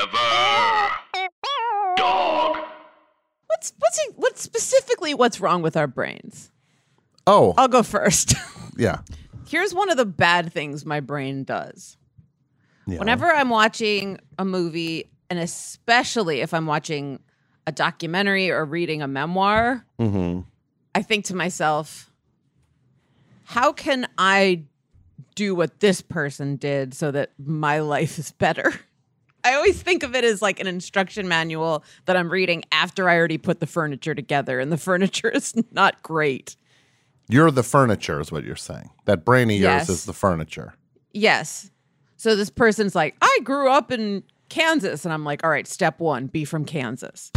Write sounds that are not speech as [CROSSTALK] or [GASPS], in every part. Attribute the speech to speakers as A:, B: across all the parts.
A: Forever. Dog.
B: What's what's what specifically what's wrong with our brains?
C: Oh,
B: I'll go first. [LAUGHS]
C: yeah.
B: Here's one of the bad things my brain does.
C: Yeah.
B: Whenever I'm watching a movie, and especially if I'm watching a documentary or reading a memoir, I think to myself, how can I do what this person did so that my life is better? [LAUGHS] I always think of it as like an instruction manual that I'm reading after I already put the furniture together, and the [LAUGHS] furniture is not great.
C: You're the furniture, is what you're saying. That brain of
B: Yes.
C: yours is the furniture.
B: Yes. So this person's like, I grew up in Kansas. And I'm like, all right, step one, be from Kansas.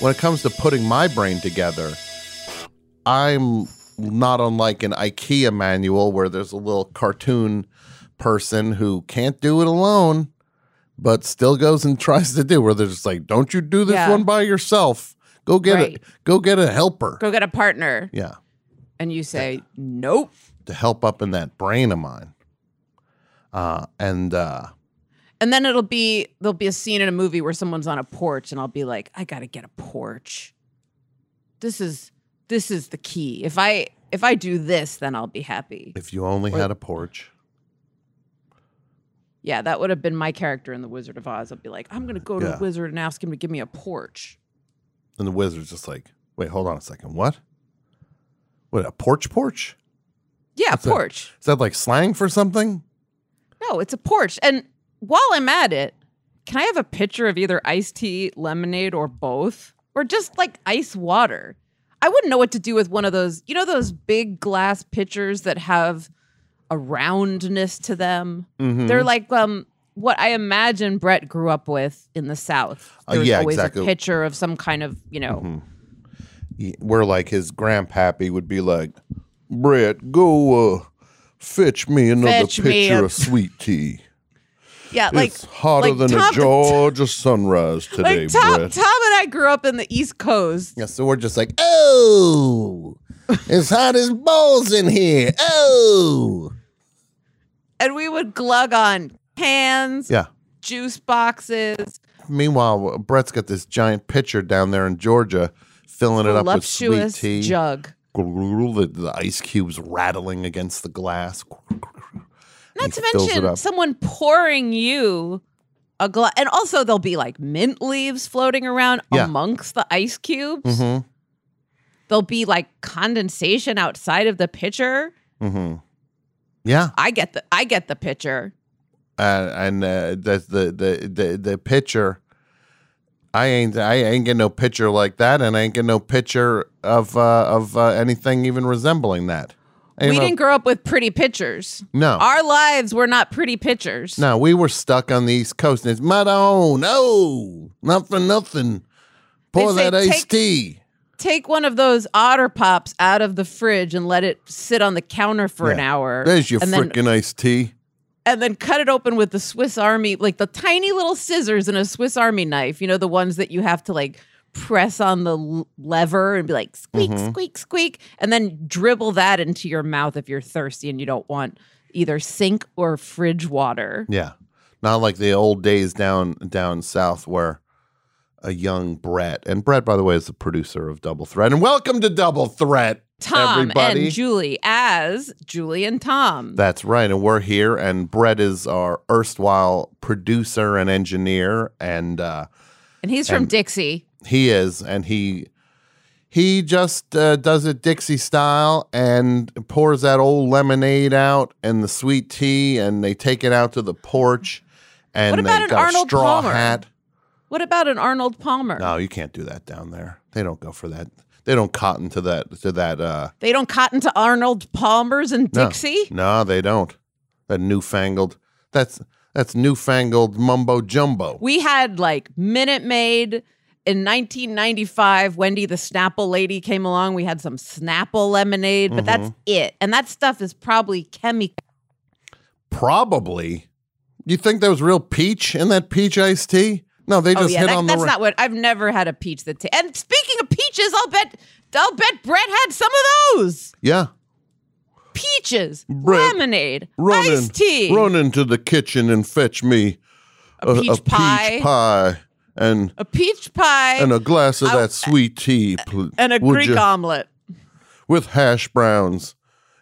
C: When it comes to putting my brain together, I'm not unlike an IKEA manual where there's a little cartoon person who can't do it alone, but still goes and tries to do. Where they're just like, "Don't you do this
B: Yeah.
C: one by yourself? Go get
B: Right.
C: it. Go get a helper."
B: Go get a partner.
C: yeah,
B: And you say, nope.
C: to help up in that brain of mine. Uh, and uh,
B: And then it'll be, there'll be a scene in a movie where someone's on a porch and I'll be like, I got to get a porch. This is, this is the key. If I, if I do this, then I'll be happy.
C: if you only had a porch,
B: Yeah, that would have been my character in The Wizard of Oz. I'd be like, I'm going to go to
C: Yeah.
B: the wizard and ask him to give me a porch.
C: then the wizard's just like, "Wait, hold on a second. What? What a porch porch?
B: Yeah,
C: that?
B: porch.
C: Is that like slang for something?"
B: No, it's a porch. And while I'm at it, can I have a picture of either iced tea, lemonade, or both? Or just like ice water? I wouldn't know what to do with one of those, you know, those big glass pitchers that have a roundness to them.
C: Mm-hmm.
B: They're like um what I imagine Brett grew up with in the South.
C: Uh,
B: There's
C: yeah,
B: always
C: exactly. Mm-hmm.
B: a pitcher of some kind of, you know,
C: He- Where like his grandpappy would be like, "Brett, go uh, fetch me another
B: Fetch me
C: pitcher
B: a-
C: of sweet tea.
B: yeah, [LAUGHS] like
C: it's hotter
B: like
C: than
B: Tom-
C: a Georgia sunrise today,
B: [LAUGHS] like Tom, Tom
C: Brett."
B: and I grew up in the East Coast.
C: Yeah, so we're just like, oh, it's hot as balls in here.
B: [LAUGHS]
C: Oh,
B: and we would glug on cans,
C: yeah.
B: juice boxes,
C: Meanwhile, Brett's got this giant pitcher down there in Georgia, filling it up with sweet
B: voluptuous
C: tea.
B: jug.
C: The, the ice cubes rattling against the glass.
B: Not to
C: fills it
B: mention
C: up.
B: someone pouring you a glass, and also there'll be like mint leaves floating around
C: Yeah. Mm-hmm.
B: amongst the ice cubes. There'll be like condensation outside of the pitcher.
C: mm-hmm. Yeah,
B: I get the I get the pitcher.
C: uh, and uh, the, the the the the pitcher. I ain't I ain't get no pitcher like that, and I ain't get no pitcher of uh, of uh, anything even resembling that. Ain't
B: we
C: no-
B: didn't grow up with pretty pitchers.
C: No.
B: our lives were not pretty pitchers.
C: No, we were stuck on the East Coast, and it's my own. No, not for nothing. Pour
B: They say
C: that iced
B: take-
C: tea.
B: Take one of those otter pops out of the fridge and let it sit on the counter for an
C: Yeah.
B: hour.
C: There's your
B: and then-
C: freaking iced tea.
B: and then cut it open with the Swiss Army, like the tiny little scissors and a Swiss Army knife. You know, the ones that you have to like press on the l- lever and be like squeak,
C: Mm-hmm.
B: squeak, squeak, and then dribble that into your mouth if you're thirsty and you don't want either sink or fridge water.
C: Yeah, not like the old days down down south where a young Brett and Brett, by the way, is the producer of Double Threat, and welcome to Double Threat,
B: Tom
C: everybody.
B: and Julie as Julie and Tom.
C: That's right, and we're here, and Brett is our erstwhile producer and engineer, and uh,
B: and he's from Dixie.
C: He is, and he he just uh, does it Dixie style and pours that old lemonade out and the sweet tea, and they take it out to the porch. And
B: What about
C: they
B: an
C: got
B: Arnold
C: a straw
B: Palmer?
C: hat.
B: What about an Arnold Palmer?
C: No, you can't do that down there. They don't go for that. They don't cotton to that to that. Uh,
B: They don't cotton to Arnold Palmers and
C: no.
B: Dixie.
C: No, they don't. That newfangled. That's that's newfangled mumbo jumbo.
B: We had like Minute Maid in 1995. Wendy the Snapple lady came along. We had some Snapple lemonade, but that's
C: Mm-hmm.
B: it. And that stuff is probably chemical.
C: Probably. You think there was real peach in that peach iced tea? No, they
B: Oh
C: just
B: yeah,
C: hit
B: that-
C: on the.
B: that's
C: ra-
B: not what I've never had a peach that. ta- and speaking of peaches, I'll bet I'll bet Brett had some of those
C: yeah.
B: peaches,
C: Brett,
B: lemonade,
C: Run in-
B: iced tea,
C: Run into the kitchen and fetch me a,
B: peach pie.
C: pie and
B: a peach pie,
C: and
B: and a,
C: a glass of that sweet tea, pl- would
B: Greek
C: ya?
B: omelet.
C: with hash browns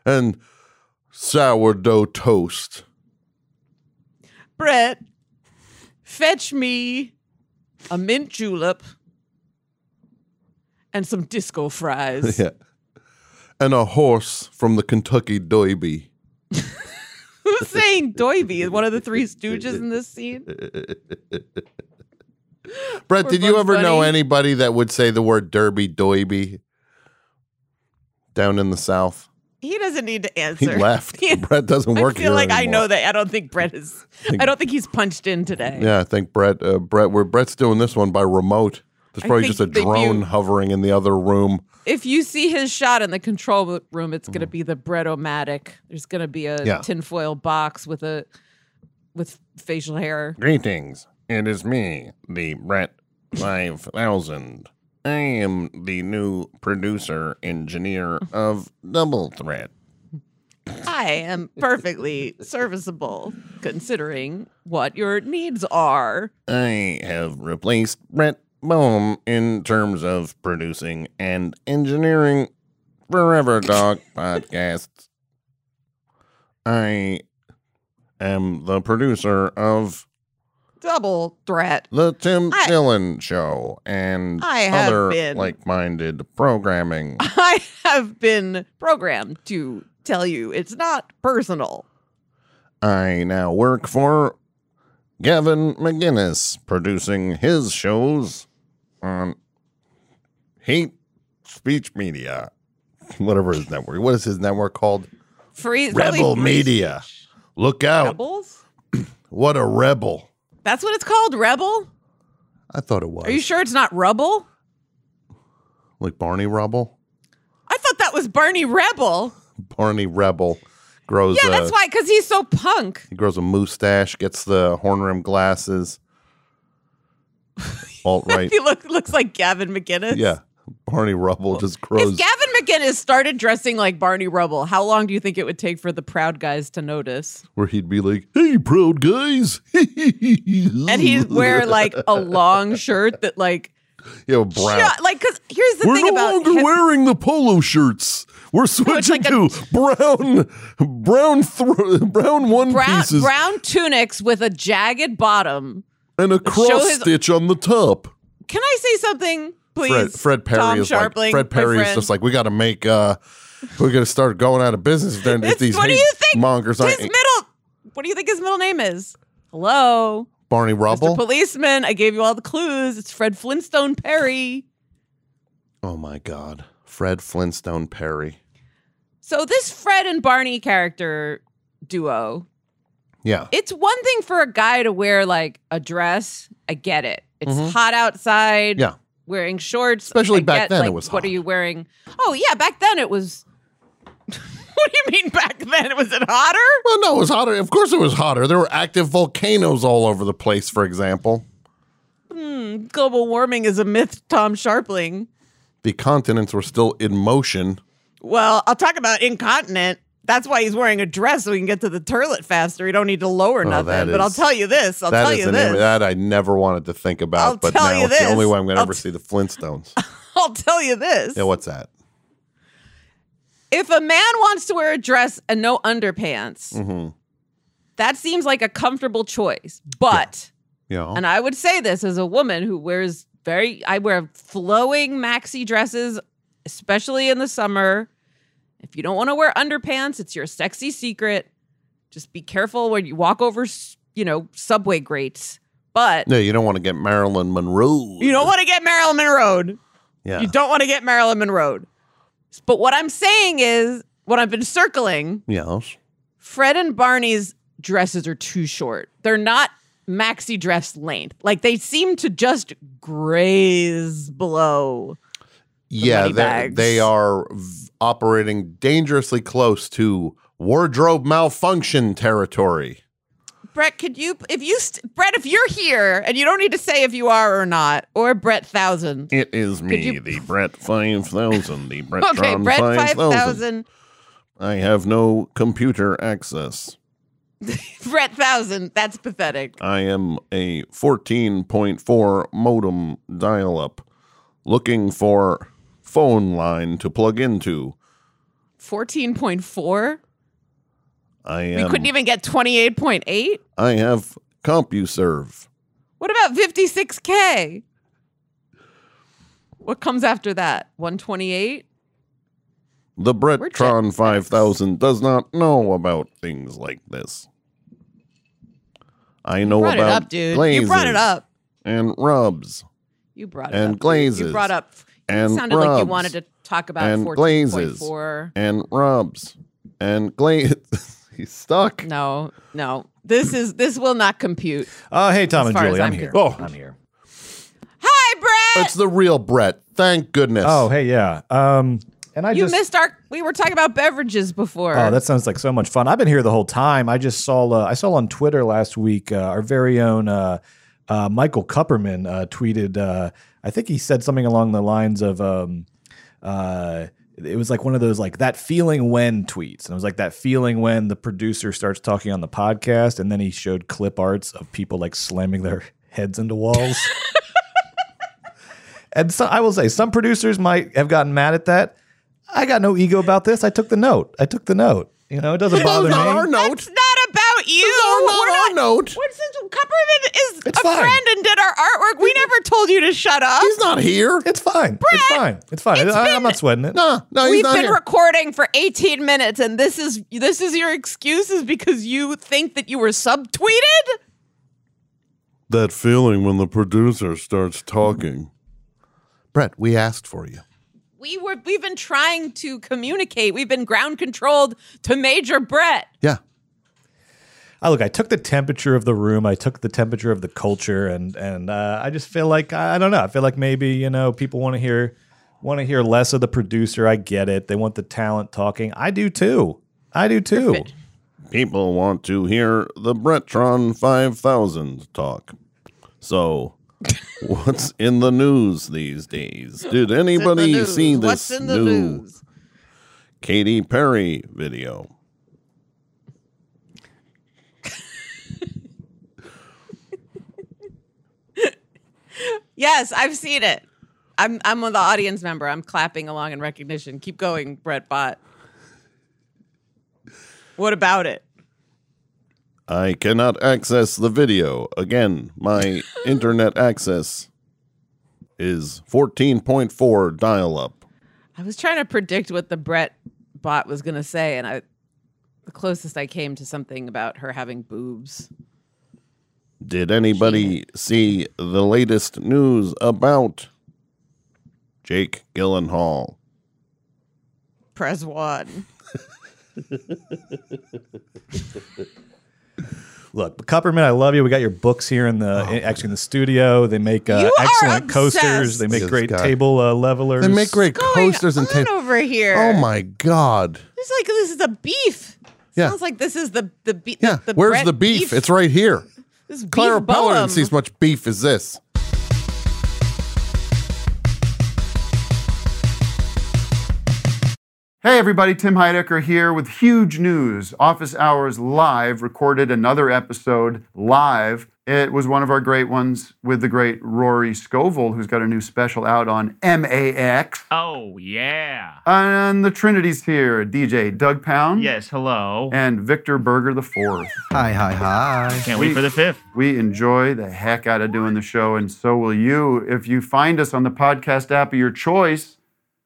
C: and sourdough toast. [LAUGHS]
B: Brett, fetch me a mint julep and some disco
C: [LAUGHS]
B: fries.
C: Yeah. And a horse from the Kentucky Derby. [LAUGHS]
B: Who's saying Doivy is one of the three stooges in this scene?
C: Brett,
B: Or
C: did you
B: Bugs
C: ever know
B: Bunny.
C: anybody that would say the word derby doiby down in the South?
B: He doesn't need to answer.
C: He
B: [LAUGHS]
C: left.
B: He-
C: Brett doesn't
B: I
C: work
B: feel
C: here
B: like I
C: anymore.
B: know that. I don't think Brett is. I don't think he's punched in today.
C: Yeah, I think Brett. Uh, Brett, where Brett's doing this one by remote. There's
B: I
C: probably
B: think
C: just a
B: they do.
C: drone hovering in the other room.
B: If you see his shot in the control room, it's going to be the Brett-o-matic. There's going to be a
C: Mm-hmm. Yeah.
B: tinfoil box with a with facial hair.
C: Greetings. It is me, the Brett 5000. I am the new producer engineer of Double Threat.
B: I am perfectly serviceable considering what your needs are.
C: I have replaced Brett Boehm in terms of producing and engineering Forever
B: [LAUGHS]
C: Dog podcasts. I am the producer of
B: Double threat. [LAUGHS]
C: The Tim
B: I-
C: Dillon Show and
B: I have
C: other
B: been-
C: like minded programming.
B: I have been programmed to tell you it's not personal.
C: I now work for Gavin McGinnis, producing his shows on Hate Speech Media, whatever his network. What is his network called?
B: Free
C: Rebel
B: really-
C: Media. Look out!
B: Rebels?
C: What a rebel!
B: That's what it's called, rebel?
C: I thought it was.
B: Are you sure it's not rubble?
C: Like Barney Rebel.
B: I thought that was Barney Rebel.
C: Barney Rebel grows.
B: Yeah,
C: a,
B: that's why, because he's so punk. [LAUGHS]
C: He grows a mustache, gets the horn rim glasses. Alt right.
B: He look, looks like Gavin McGinnis.
C: yeah. Barney Rubble just grows.
B: If Gavin McGinnis started dressing like Barney Rubble, how long do you think it would take for the proud guys to notice?
C: where he'd be like, hey, proud guys.
B: [LAUGHS] And
C: and [LAUGHS]
B: he'd wear like a long shirt that like
C: Yo, brown.
B: shut- like because here's the
C: We're
B: thing
C: no
B: about
C: longer
B: hip-
C: wearing the polo shirts. We're switching
B: like
C: to
B: a-
C: brown, brown, thro [LAUGHS] brown one
B: brown
C: pieces
B: brown tunics with a jagged bottom.
C: and a cross
B: his-
C: stitch on the top.
B: Can I say something, please?
C: Fred, Fred Perry
B: Tom
C: is
B: Sharpling,
C: like Fred
B: my
C: Perry is
B: friend.
C: just like we got to make uh we got to start going out of business if, then if
B: [LAUGHS] It's-
C: these
B: what do
C: hate
B: you think
C: mongers
B: his
C: aren't
B: middle. What do you think his middle name is? Hello,
C: Barney
B: Mr.
C: Rubble.
B: Policeman. I gave you all the clues. It's Fred Flintstone Perry.
C: oh my God, Fred Flintstone Perry.
B: So this Fred and Barney character duo [LAUGHS]
C: Yeah,
B: it's one thing for a guy to wear like a dress. I get it. It's
C: Mhm.
B: hot outside.
C: Yeah.
B: Wearing shorts.
C: Especially
B: I
C: back
B: get,
C: then it
B: like,
C: was
B: What are
C: hot.
B: you wearing? Oh yeah, back then it was [LAUGHS] What do you mean back then? [LAUGHS] Was it hotter?
C: well, no, it was hotter. Of course, it was hotter. There were active volcanoes all over the place. For example,
B: Hmm, global warming is a myth, Tom Sharpling.
C: the continents were still in motion.
B: Well, I'll talk about incontinent. That's why he's wearing a dress so he can get to the toilet faster. You don't need to lower
C: Oh,
B: nothing.
C: that
B: but I'll
C: is-
B: tell you this. I'll
C: That
B: tell
C: is
B: you
C: an
B: this.
C: image- that I never wanted to think about,
B: I'll
C: but
B: tell
C: now
B: you
C: it's the
B: this.
C: only way I'm going to
B: I'll
C: ever
B: t-
C: see the Flintstones.
B: [LAUGHS] I'll tell you this.
C: yeah, what's that?
B: if a man wants to wear a dress and no underpants,
C: Mhm.
B: that seems like a comfortable choice. But,
C: Yeah,
B: [LAUGHS] and I would say this as a woman who wears very, I wear flowing maxi dresses, especially in the summer. If you don't want to wear underpants, it's your sexy secret. Just be careful when you walk over, s- you know, subway grates. But
C: no, you don't want to get Marilyn Monroe.
B: you don't want to get Marilyn Monroe.
C: Yeah.
B: You don't want to get Marilyn Monroe. But what I'm saying is, what I've been circling
C: Yes.
B: Fred and Barney's
D: dresses are too short. They're not maxi dress length. Like they seem to just graze below.
E: yeah,
D: money
E: they
D: bags.
E: they are v- operating dangerously close to wardrobe malfunction territory.
D: Brett, could you if you st- Brett, if you're here and you don't need to say if you are or not, or Brett thousand.
E: It is me,
D: you-
E: the Brett Five Thousand, the Brett
D: [LAUGHS] Okay, [LAUGHS] Brett five thousand.
E: I have no computer access.
D: Brett thousand. That's pathetic.
E: I am a 14.4 modem dial up looking for phone line to plug into.
D: Fourteen point four.
E: I
D: We
E: am
D: couldn't even get twenty eight point eight.
E: I have CompuServe.
D: What about fifty six k? What comes after that? One twenty eight.
E: The
D: We're jet
E: Brettron 5000 does not know about things like this. I know
D: Brought it
E: about
D: up, dude. You brought it
E: glazes
D: up.
E: and rubs
D: You brought it
E: And
D: up. You-
E: glazes.
D: You brought up.
E: And
D: it sounded like you
E: rubs.
D: wanted to talk about
E: And glazes.
D: 14.4.
E: and rubs and glaze. [LAUGHS] He's stuck.
D: No, no. This is this will not compute.
F: Uh, hey, Tom and
D: far as
F: Julie, I'm,
D: I'm
F: here. Oh.
D: con-
F: I'm here.
D: Hi, Brett.
E: It's the real Brett. Thank goodness.
F: Oh, hey, yeah. Um, and I
D: you
F: just
D: missed our. We were talking about beverages before.
F: Oh, that sounds like so much fun. I've been here the whole time. I just saw uh, I saw on Twitter last week uh, our very own uh, uh, Michael Kupperman uh, tweeted. Uh, I think he said something along the lines of. Um, uh, it was like one of those like that feeling when tweets, and it was like that feeling when the producer starts talking on the podcast, and then he showed clip arts of people like slamming their [LAUGHS] heads into walls. and so I will say, some producers might have gotten mad at that. I got no ego about this. I took the note. I took the note. You know, it doesn't bother
E: Those
F: me.
E: are our note.
D: It's not about you.
E: Those are
D: We're
E: not our note.
D: What, since Kupperman is
F: It's
D: a
F: fine.
D: friend and did our artwork, we never told you to shut up.
E: He's not here.
F: It's fine. It's fine. It's fine. I, I'm not sweating it.
E: Nah, no, he's
D: We've
E: not
D: been
E: here.
D: recording for 18 minutes, and this is this is your excuse is because you think that you were subtweeted.
E: That feeling when the producer starts talking. Brett, we asked for you.
D: We were we've been trying to communicate. We've been ground controlled to Major Brett.
E: Yeah.
F: I look. I took the temperature of the room. I took the temperature of the culture, and and uh, I just feel like I, I don't know. I feel like maybe you know people want to hear want to hear less of the producer. I get it. They want the talent talking. I do too. I do
E: Oh,
F: too.
D: Perfect.
E: People want to hear the Brettron 5000 talk.
D: [LAUGHS]
E: So, what's in the news these days? Did anybody
D: The news.
E: see this
D: What's in the
E: new
D: news?
E: Katy Perry video?
D: Yes, I've seen it. I'm I'm the audience member. I'm clapping along in recognition. Keep going, Brett Bot. What about it?
E: I cannot access the video. Again,
D: [LAUGHS]
E: my internet access is 14.4 dial up.
D: I was trying to predict what the Brett Bot was gonna say, and I the closest I came to something about her having boobs.
E: Did anybody see the latest news about Jake Gyllenhaal?
D: Press one.
F: Look, Copperman, I love you. We got your books here in
E: Oh,
F: the in- actually in the studio. They make uh,
D: You are
F: excellent coasters.
D: obsessed.
F: They make
E: This
F: great
E: guy.
F: table uh, levelers.
E: They make great
D: Going
E: coasters and
D: Oh, on
E: tape.
D: over here.
E: Oh my god!
D: It's like this is a beef.
E: Yeah.
D: Sounds like this is the the beef.
E: Yeah,
D: the,
E: where's
D: Brett
E: the beef? It's right here.
D: this beef
E: Clara Peller
D: Boehm.
E: didn't see as much beef as this.
G: Hey everybody, Tim Heidecker here with huge news. Office Hours Live recorded another episode live. It was one of our great ones with the great Rory Scovel, who's got a new special out on MAX.
H: Uh-huh.
I: Oh, yeah.
G: And the Trinity's here DJ Doug Pound.
I: Yes, hello.
G: And Victor Berger the fourth.
J: Hi, hi, hi.
I: Can't wait for the fifth.
G: We enjoy the heck out of doing the show, and so will you if you find us on the podcast app of your choice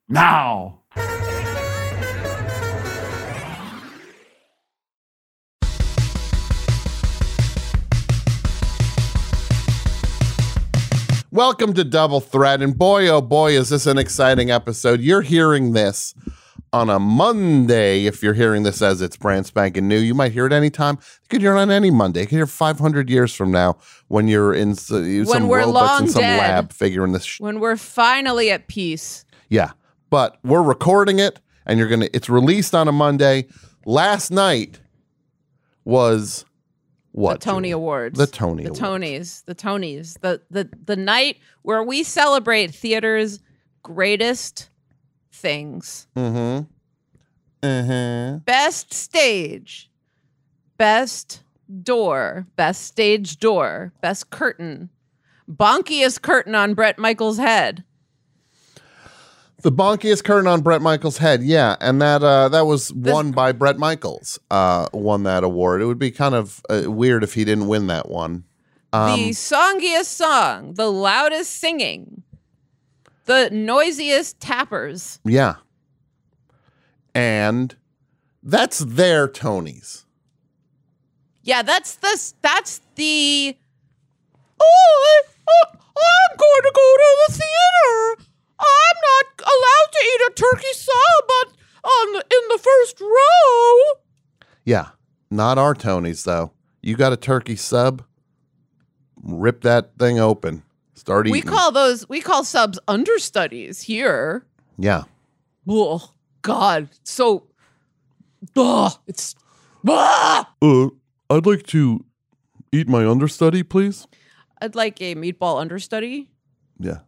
G: now.
E: Welcome to Double Threat, and boy, oh boy, is this an exciting episode! You're hearing this
C: on a Monday. If you're hearing this as it's brand spanking new, you might hear it anytime. You could hear it on any Monday. You could hear 500 years from now when you're in s- you-
B: When
C: some
B: we're
C: robots in
B: long
C: some
B: dead.
C: lab figuring this. Sh-
B: When we're finally at peace,
C: yeah, but we're recording it, and you're gonna. It's released on a Monday. Last night was what
B: the Tony
C: Julie?
B: Awards.
C: The Tony
B: The
C: Awards.
B: Tonys. The Tonys. The the the night where we celebrate theater's greatest things.
C: Mm-hmm. Mm-hmm.
B: Best stage. Best door. Best stage door. Best curtain. Bonkiest curtain on Brett Michaels' head.
C: The bonkiest curtain on Brett Michaels' head, yeah, and that uh, that was won by Brett Michaels. Uh, won that award. It would be kind of uh, weird if he didn't win that one. Um,
B: the songiest song, the loudest singing, the noisiest tappers.
C: Yeah, and that's their Tonys.
B: Yeah, that's the that's the. Oh, I, am going to go to the theater. I'm not allowed to eat a turkey salad on in the first row.
C: Yeah, not our Tonys though. You got a turkey sub? Rip that thing open. Start eating.
B: We call those we call subs understudies here.
C: yeah.
B: Oh God, so, ugh, it's. ah!
C: Uh, I'd like to eat my understudy, please.
B: I'd like a meatball understudy.
C: Yeah.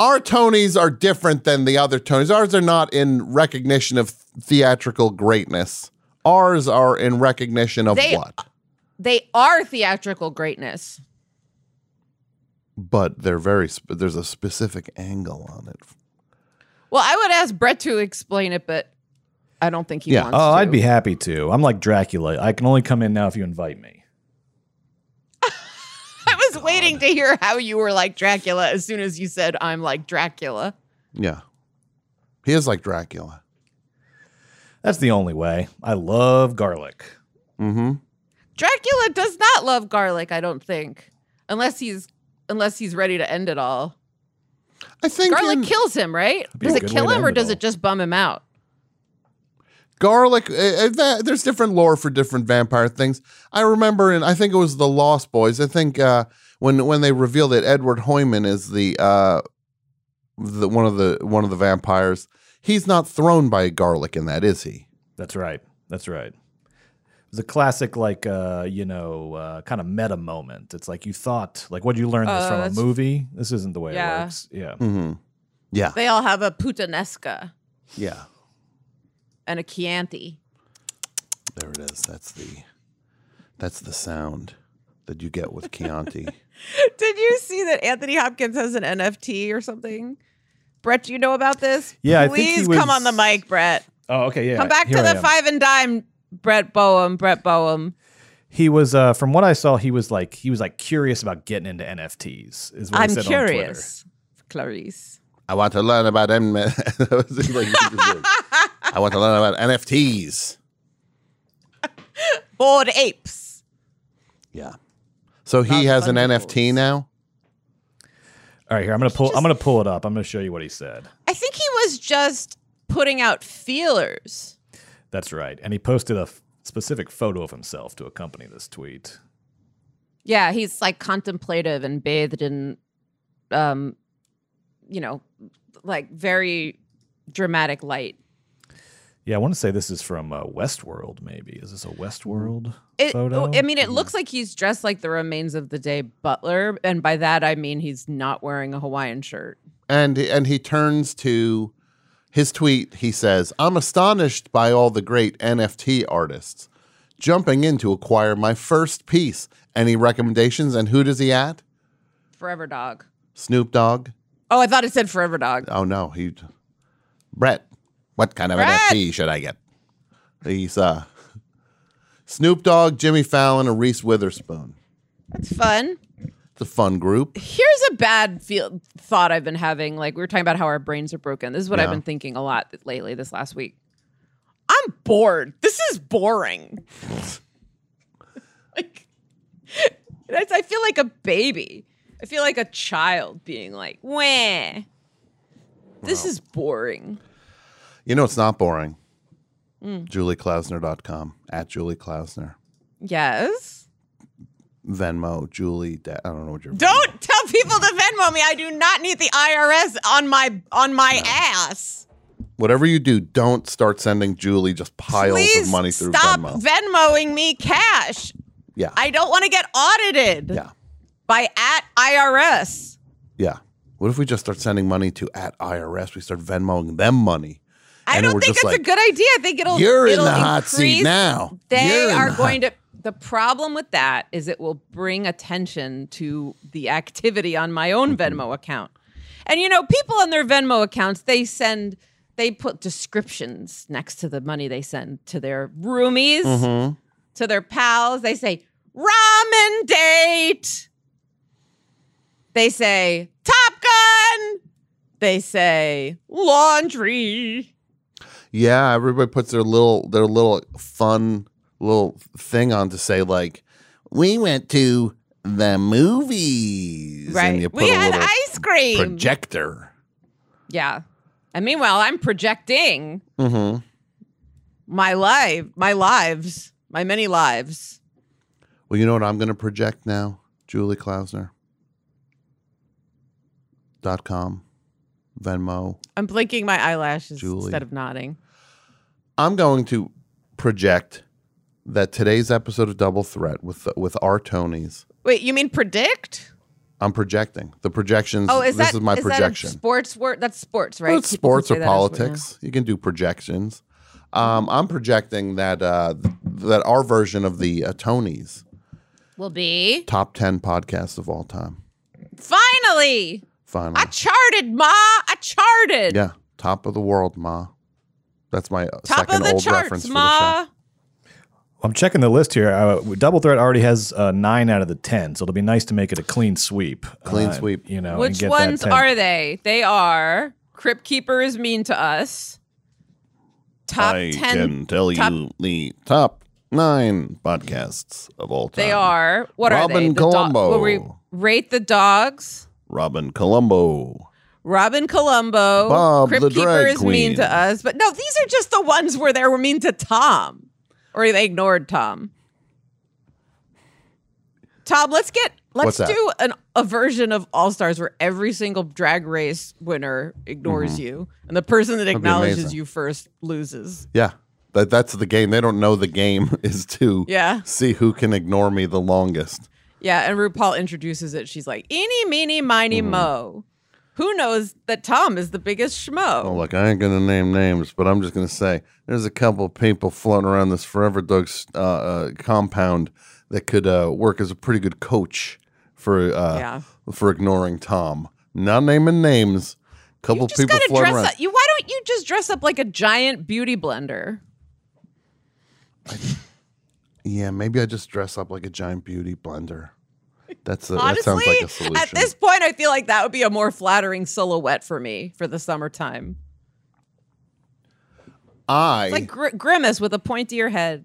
C: Our Tonys are different than the other Tonys. Ours are not in recognition of theatrical greatness. Ours are in recognition of
B: They-
C: what?
B: They are theatrical greatness.
C: But they're very sp- there's a specific angle on it.
B: Well, I would ask Brett to explain it, but I don't think he
C: Yeah.
B: wants to.
F: Oh, I'd be happy to. I'm like Dracula. I can only come in now if you invite me.
B: [LAUGHS] I was waiting to hear how you were like Dracula as soon as you said I'm like Dracula.
C: Yeah. He is like Dracula.
F: That's the only way. I love garlic.
C: Mhm.
B: Dracula does not love garlic, I don't think. Unless he's unless he's ready to end it all.
C: I think
B: Garlic
C: in-
B: kills him, right?
F: be a
B: Does it
F: good
B: kill
F: way to
B: him or
F: end it
B: does
F: all.
B: it just bum him out?
C: garlic uh, uh, that, there's different lore for different vampire things i remember in i think it was the lost boys i think uh when when they reveal that edward hoyman is the uh the one of the one of the vampires he's not thrown by garlic in that is he
F: That's right. That's right. It was a classic, like uh, you know, uh, kind of meta moment. It's like you thought, like, what would you learn this
B: Uh,
F: from a
B: that's-
F: movie? This isn't the way
B: Yeah.
F: it works. Yeah.
E: Hmm.
C: mm-hmm. yeah
B: They all have a putanesca
C: yeah
B: and a Chianti.
C: there it is that's the that's the sound that you get with chianti
B: Did you see that Anthony Hopkins has an NFT or something? Brett, do you know about this?
F: Yeah, I think he
B: Please come
F: was-
B: on the mic, Brett.
F: Oh, okay. Yeah.
B: Come back
F: Here
B: to
F: I
B: the
F: am.
B: five and dime, Brett Boehm. Brett Boehm.
F: He was, uh, from what I saw, he was like, he was like curious about getting into NFTs. Is what he
B: I'm
F: said
B: curious, Clarice.
C: [LAUGHS] i want to learn about M- [LAUGHS] i want to learn about nfts
B: Bored apes.
C: Yeah. So he
B: Not
C: has an
B: fungibles.
C: NFT now.
F: On Twitter. All right, here I'm gonna pull. I'm gonna pull it up. I'm gonna show you what he said.
B: I think he was just putting out feelers.
F: That's right. And he posted a f- specific photo of himself to accompany this tweet.
B: Yeah, he's like contemplative and bathed in, um, you know, like very dramatic light.
F: Yeah, I want to say this is from uh, Westworld. Maybe is this a Westworld
B: It, oh,
F: photo?
B: I mean, it looks like he's dressed like the remains of the day butler, and by that I mean he's not wearing a Hawaiian shirt.
C: And and he turns to his tweet, he says, I'm astonished by all the great NFT artists jumping in to acquire my first piece. Any recommendations? And who does he at?
B: Forever dog.
C: Snoop Dogg?
B: Oh, I thought it said forever dog.
C: Oh no, he Brett, what kind of
B: Brett!
C: NFT should I get? He's uh Snoop Dogg, Jimmy Fallon, and Reese Witherspoon.
B: That's fun.
C: It's a fun group.
B: Here's a bad feel- thought I've been having. Like we were talking about how our brains are broken. This is what I've
C: Yeah.
B: been thinking a lot lately. This last week, I'm bored. This is boring. [LAUGHS] like that's- I feel like a baby. I feel like a child being like, "Wah, this is boring."
C: You know, it's not boring. JulieKlausner.com at Julie Klausner.
B: Yes.
C: Venmo, Julie. Da- I don't know what you're.
B: Don't tell people to Venmo me. I do not need the IRS on my on my ass.
C: Whatever you do, don't start sending Julie just piles
B: Please
C: of money through
B: stop
C: Venmo.
B: Venmoing me cash.
C: yeah.
B: I don't want to get audited
C: yeah.
B: by at IRS.
C: Yeah. What if we just start sending money to at IRS? We start Venmoing them money.
B: I
C: And then we're
B: don't think
C: just
B: it's a
C: like,
B: good idea. I think it'll
C: You're in
B: it'll
C: the hot seat
B: increase-
C: now. You're
B: They
C: in
B: are
C: the
B: going to the problem with that is it will bring attention to the activity on my own
C: Mm-hmm.
B: Venmo account. And you know, people on their Venmo accounts, they send they put descriptions next to the money they send to their roomies,
C: Mm-hmm.
B: to their pals. They say ramen date. They say Top Gun. They say laundry.
C: Yeah, everybody puts their little their little fun little thing on to say like, we went to the movies, and you
B: Right.
C: put
B: We
C: a
B: had
C: little
B: ice cream.
C: projector.
B: Yeah. And meanwhile, I'm projecting
C: hmm
B: my life, my lives, my many lives.
C: Well, you know what I'm going to project now, Julie Klausner. Dot com, Venmo.
B: I'm blinking my eyelashes
C: Julie.
B: instead of nodding.
C: I'm going to project that today's episode of Double Threat with with our Tonys.
B: Wait, you mean predict?
C: I'm projecting the projections.
B: Oh, is
C: this
B: is
C: is my
B: that a
C: projection.
B: sports word? That's sports, right?
C: Well, it's
B: People can
C: sports
B: say
C: or
B: that as- yeah.
C: politics. You can do projections. Um, I'm projecting that uh, th- that our version of the uh, Tonys
B: Will be
C: top ten podcasts of all time.
B: finally.
C: Finally,
B: I charted, ma. I charted.
C: yeah, top of the world, ma. That's my uh,
B: Top
C: second
B: of the
C: old
B: charts,
C: reference for the
B: ma.
F: Oh,
C: show.
F: I'm checking the list here. Uh, Double Threat already has uh, nine out of the ten, so it'll be nice to make it a clean sweep.
C: Clean
F: Uh,
C: sweep.
F: you know. and
B: Which
F: get that
B: ones
F: 10.
B: are they? They are Crypt Keeper is mean to us. Top ten.
C: tell
B: top-
C: the top nine podcasts of all time.
B: They are. What are they?
C: Robin
B: The do-
C: Colombo.
B: will we rate the dogs?
C: Robin Colombo.
B: Robin Colombo.
C: Bob
B: Crypt
C: the
B: Keeper
C: Drag
B: is mean
C: Queen.
B: to us. But no, these are just the ones where they were mean to Tom. Or they ignored Tom. Tom, let's get
C: What's
B: let's
C: that?
B: do an, a version of All Stars where every single drag race winner ignores you. And the person that
C: Mm-hmm. be
B: acknowledges
C: amazing.
B: you first loses.
C: Yeah, that that's the game. They don't know the game [LAUGHS] is to
B: Yeah.
C: see who can ignore me the longest.
B: Yeah, and RuPaul introduces it. She's like, "Eeny, meeny, miny,
C: Mm-hmm.
B: mo." Who knows that Tom is the biggest schmo?
C: Oh, look, I ain't gonna name names, but I'm just gonna say there's a couple of people floating around this Forever Dogs uh, uh, compound that could uh, work as a pretty good coach for uh,
B: Yeah.
C: for ignoring Tom. Not naming names. Couple
B: you just
C: people
B: gotta
C: floating
B: dress
C: around.
B: up. You why don't you just dress up like a giant beauty blender?
C: Yeah, maybe I just dress up like a giant beauty blender. That's a, that sounds
B: Honestly,
C: like a solution.
B: at this point, I feel like that would be a more flattering silhouette for me for the summertime.
C: I
B: It's like gr- grimace with a pointier head.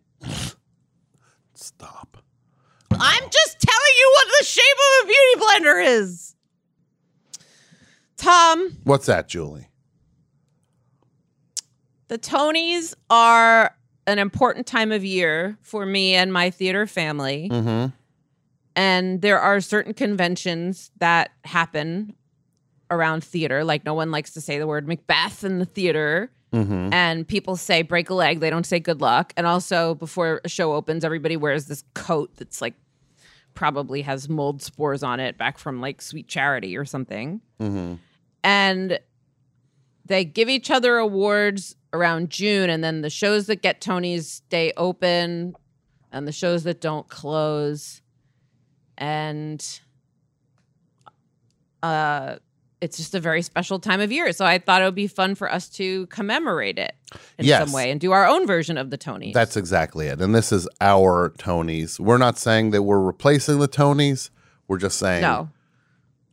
C: stop.
B: I'm just telling you what the shape of a beauty blender is. Tom,
C: What's that, Julie?
B: The Tonys are an important time of year for me and my theater family.
C: Mm-hmm.
B: And there are certain conventions that happen around theater. Like, no one likes to say the word Macbeth in the theater.
C: Mm-hmm.
B: And people say break a leg, they don't say good luck. And also, before a show opens, everybody wears this coat that's like probably has mold spores on it back from like Sweet Charity or something
C: Mm-hmm.
B: and they give each other awards around June, and then the shows that get Tonys stay open, and the shows that don't close, and uh, it's just a very special time of year. So I thought it would be fun for us to commemorate it in
C: Yes.
B: some way and do our own version of the Tonys.
C: That's exactly it. And this is our Tonys. We're not saying that we're replacing the Tonys. We're just saying
B: no,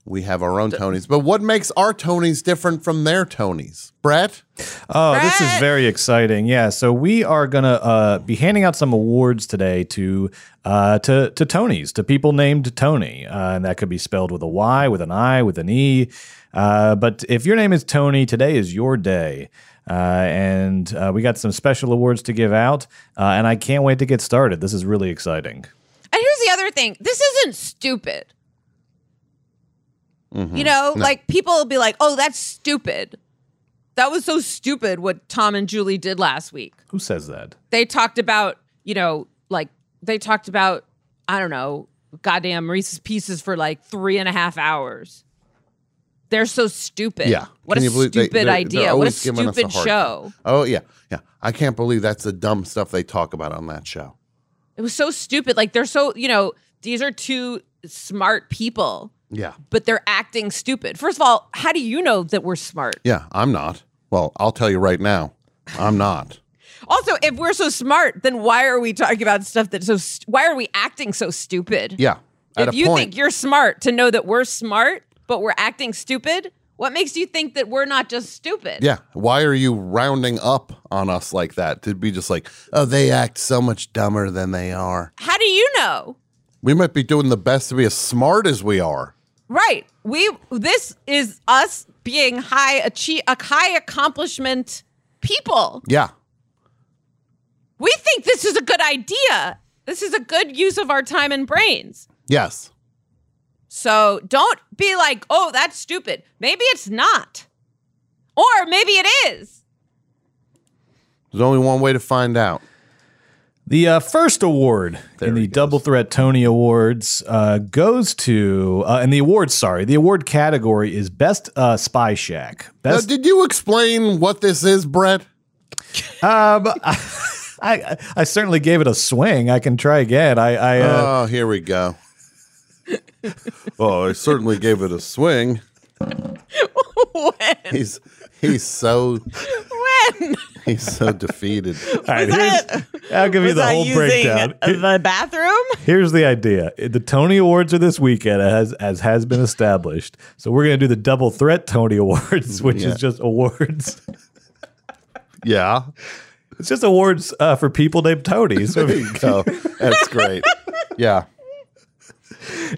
C: We have our own Tonys. But what makes our Tonys different from their Tonys? Brett?
F: Oh, this is
B: Brett!
F: very exciting. Yeah, so we are gonna uh, be handing out some awards today to uh, to to Tonys, to people named Tony, uh, and that could be spelled with a Y, with an I, with an E. Uh, but if your name is Tony, today is your day. Uh, and uh, we got some special awards to give out, uh, and I can't wait to get started. This is really exciting.
B: And here's the other thing this isn't stupid.
C: Mm-hmm.
B: You know, like people will be like, oh, that's stupid. That was so stupid what Tom and Julie did last week.
F: Who says that?
B: They talked about, you know, like they talked about, I don't know, goddamn Reese's pieces for like three and a half hours. They're so stupid.
C: Yeah.
B: What
C: Can
B: a
C: you believe
B: stupid
C: they- they're- they're
B: idea. what a
C: always giving us a
B: stupid
C: hard
B: show.
C: Oh, yeah. Yeah. I can't believe that's the dumb stuff they talk about on that show.
B: It was so stupid. Like they're so, you know, these are two smart people,
C: Yeah.
B: but they're acting stupid. First of all, how do you know that we're smart?
C: Yeah. I'm not. Well, I'll tell you right now, I'm not.
B: Also, if we're so smart, then why are we talking about stuff that's so? St- why are we acting so stupid?
C: Yeah. At
B: if
C: a
B: you
C: point,
B: think you're smart to know that we're smart, but we're acting stupid, what makes you think that we're not just stupid?
C: Yeah. Why are you rounding up on us like that? To be just like, oh, they act so much dumber than they are.
B: How do you know?
C: We might be doing the best to be as smart as we are.
B: Right. We this is us being high achieve a high accomplishment people.
C: Yeah.
B: We think this is a good idea. This is a good use of our time and brains.
C: Yes.
B: So don't be like, oh, that's stupid. Maybe it's not. Or maybe it is.
C: There's only one way to find out.
F: The uh, first award in
C: he
F: the
C: goes.
F: Double Threat Tony Awards uh, goes to, uh, and the awards, sorry, the award category is Best uh, Spy Shack.
C: Now,
F: Best,
C: did you explain what this is, Brett?
F: um, [LAUGHS] I, I certainly gave it a swing. I can try again. I, I uh,
C: oh, here we go. oh, I certainly gave it a swing.
B: when?
C: He's he's so
B: When?
C: he's so defeated.
F: all right, here's- I'll give you the whole breakdown. Uh,
B: the bathroom?
F: Here's the idea. The Tony Awards are this weekend, as, as has been established. So we're going to do the Double Threat Tony [LAUGHS] Awards, which
C: Yeah.
F: is just awards.
C: Yeah.
F: It's just awards uh, for people named Tony.
C: [LAUGHS]
F: So if
C: There you go. That's great. Yeah.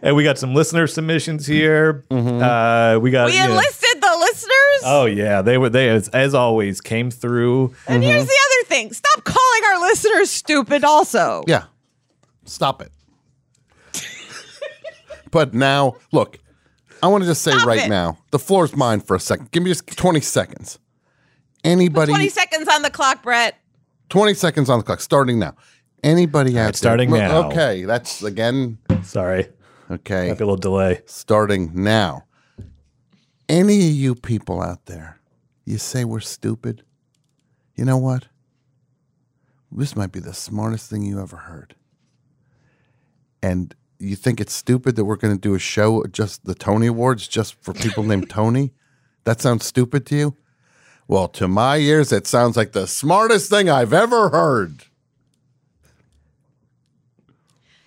F: And we got some listener submissions here.
C: Mm-hmm.
F: Uh, we got
B: We
F: you know-
B: enlisted the listeners.
F: Oh yeah, they were they as, as always came through.
B: and here's the other thing. Stop calling our listeners stupid also.
C: Yeah. Stop it. but now, look, I want to just say right
B: it.
C: now, the floor's mine for a second. Give me just 20 seconds. Anybody
B: 20 seconds on the clock, Brett.
C: 20 seconds on the clock starting now. Anybody out there?
F: starting
C: Look,
F: now.
C: Okay, that's again
F: Sorry,
C: okay.
F: happy little delay.
C: starting now. Any of you people out there, you say we're stupid, you know what? This might be the smartest thing you ever heard. And you think it's stupid that we're going to do a show, just the Tony Awards, just for
F: [LAUGHS]
C: people named Tony? That sounds stupid to you? Well, to my ears, it sounds like the smartest thing I've ever heard.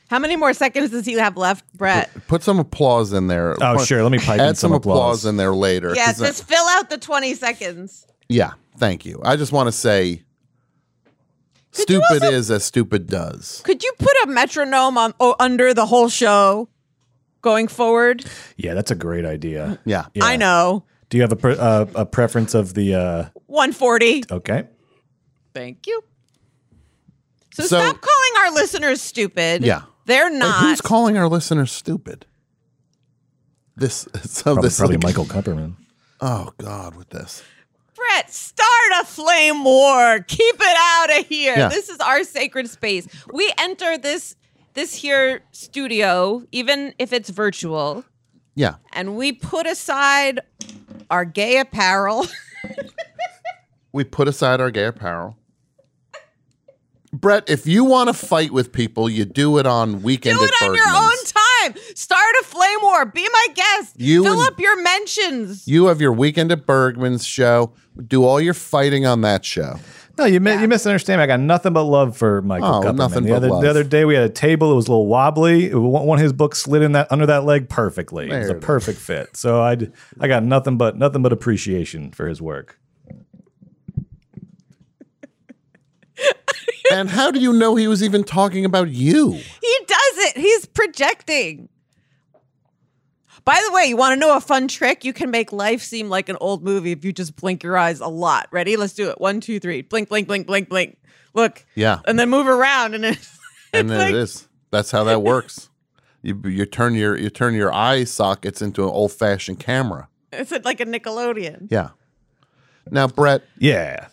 B: How many more seconds does he have left, Brett?
C: Put some applause in there.
F: Oh, sure, let me pipe in
C: Add some
F: some
C: applause
F: applause.
C: in there later.
B: Yeah,
C: 'cause that-
B: just fill out the 20 seconds.
C: Yeah, thank you. I just want to say
B: you
C: stupid is as stupid does.
B: Could you put a metronome on oh, under the whole show going forward?
F: Yeah, that's a great idea.
C: Yeah.
F: Yeah.
B: I know.
F: Do you have a pre- uh, a preference of the? Uh,
B: 140.
F: okay,
B: Thank you. So,
C: So-
B: stop calling our listeners stupid.
C: Yeah.
B: They're
C: Wait,
B: not.
C: who's calling our listeners stupid? This [LAUGHS] so
F: probably,
C: this
F: probably
C: like-
F: Michael Kupperman.
C: Oh God, with this.
B: Brett, start a flame war. Keep it out of here.
C: Yeah.
B: This is our sacred space. We enter this this here studio, even if it's virtual,
C: Yeah.
B: and we put aside our gay apparel. [LAUGHS]
C: We put aside our gay apparel. Brett, if you want to fight with people, you do it on weekend.
B: Do
C: at
B: it on your
C: Bergman's.
B: own time. Start a flame war. Be my guest.
C: You
B: Fill
C: and-
B: up your mentions.
C: You have your weekend at Bergman's show. Do all your fighting on that show.
F: No, you mi-
B: Yeah.
F: you misunderstand. me. I got nothing but love for Michael.
C: Oh,
F: Kupperman.
C: nothing
F: the
C: but
F: other,
C: love.
F: The other day we had a table. It was a little wobbly. One one of his books slid in that under that leg perfectly. it was
C: There
F: a
C: it is.
F: perfect fit. So I d- I got nothing but nothing but appreciation for his work.
C: and how do you know he was even talking about you?
B: He does it. He's projecting. By the way, you want to know a fun trick? You can make life seem like an old movie if you just blink your eyes a lot. Ready? Let's do it. One, two, three. Blink, blink, blink, blink, blink. Look,
C: Yeah,
B: and then move around, and it's [LAUGHS]
C: and then
B: like-
C: it is. That's how that works. You you turn your you turn your eye sockets into an old fashioned camera.
B: it's like a Nickelodeon.
C: Yeah. Now, Brett,
F: Yeah.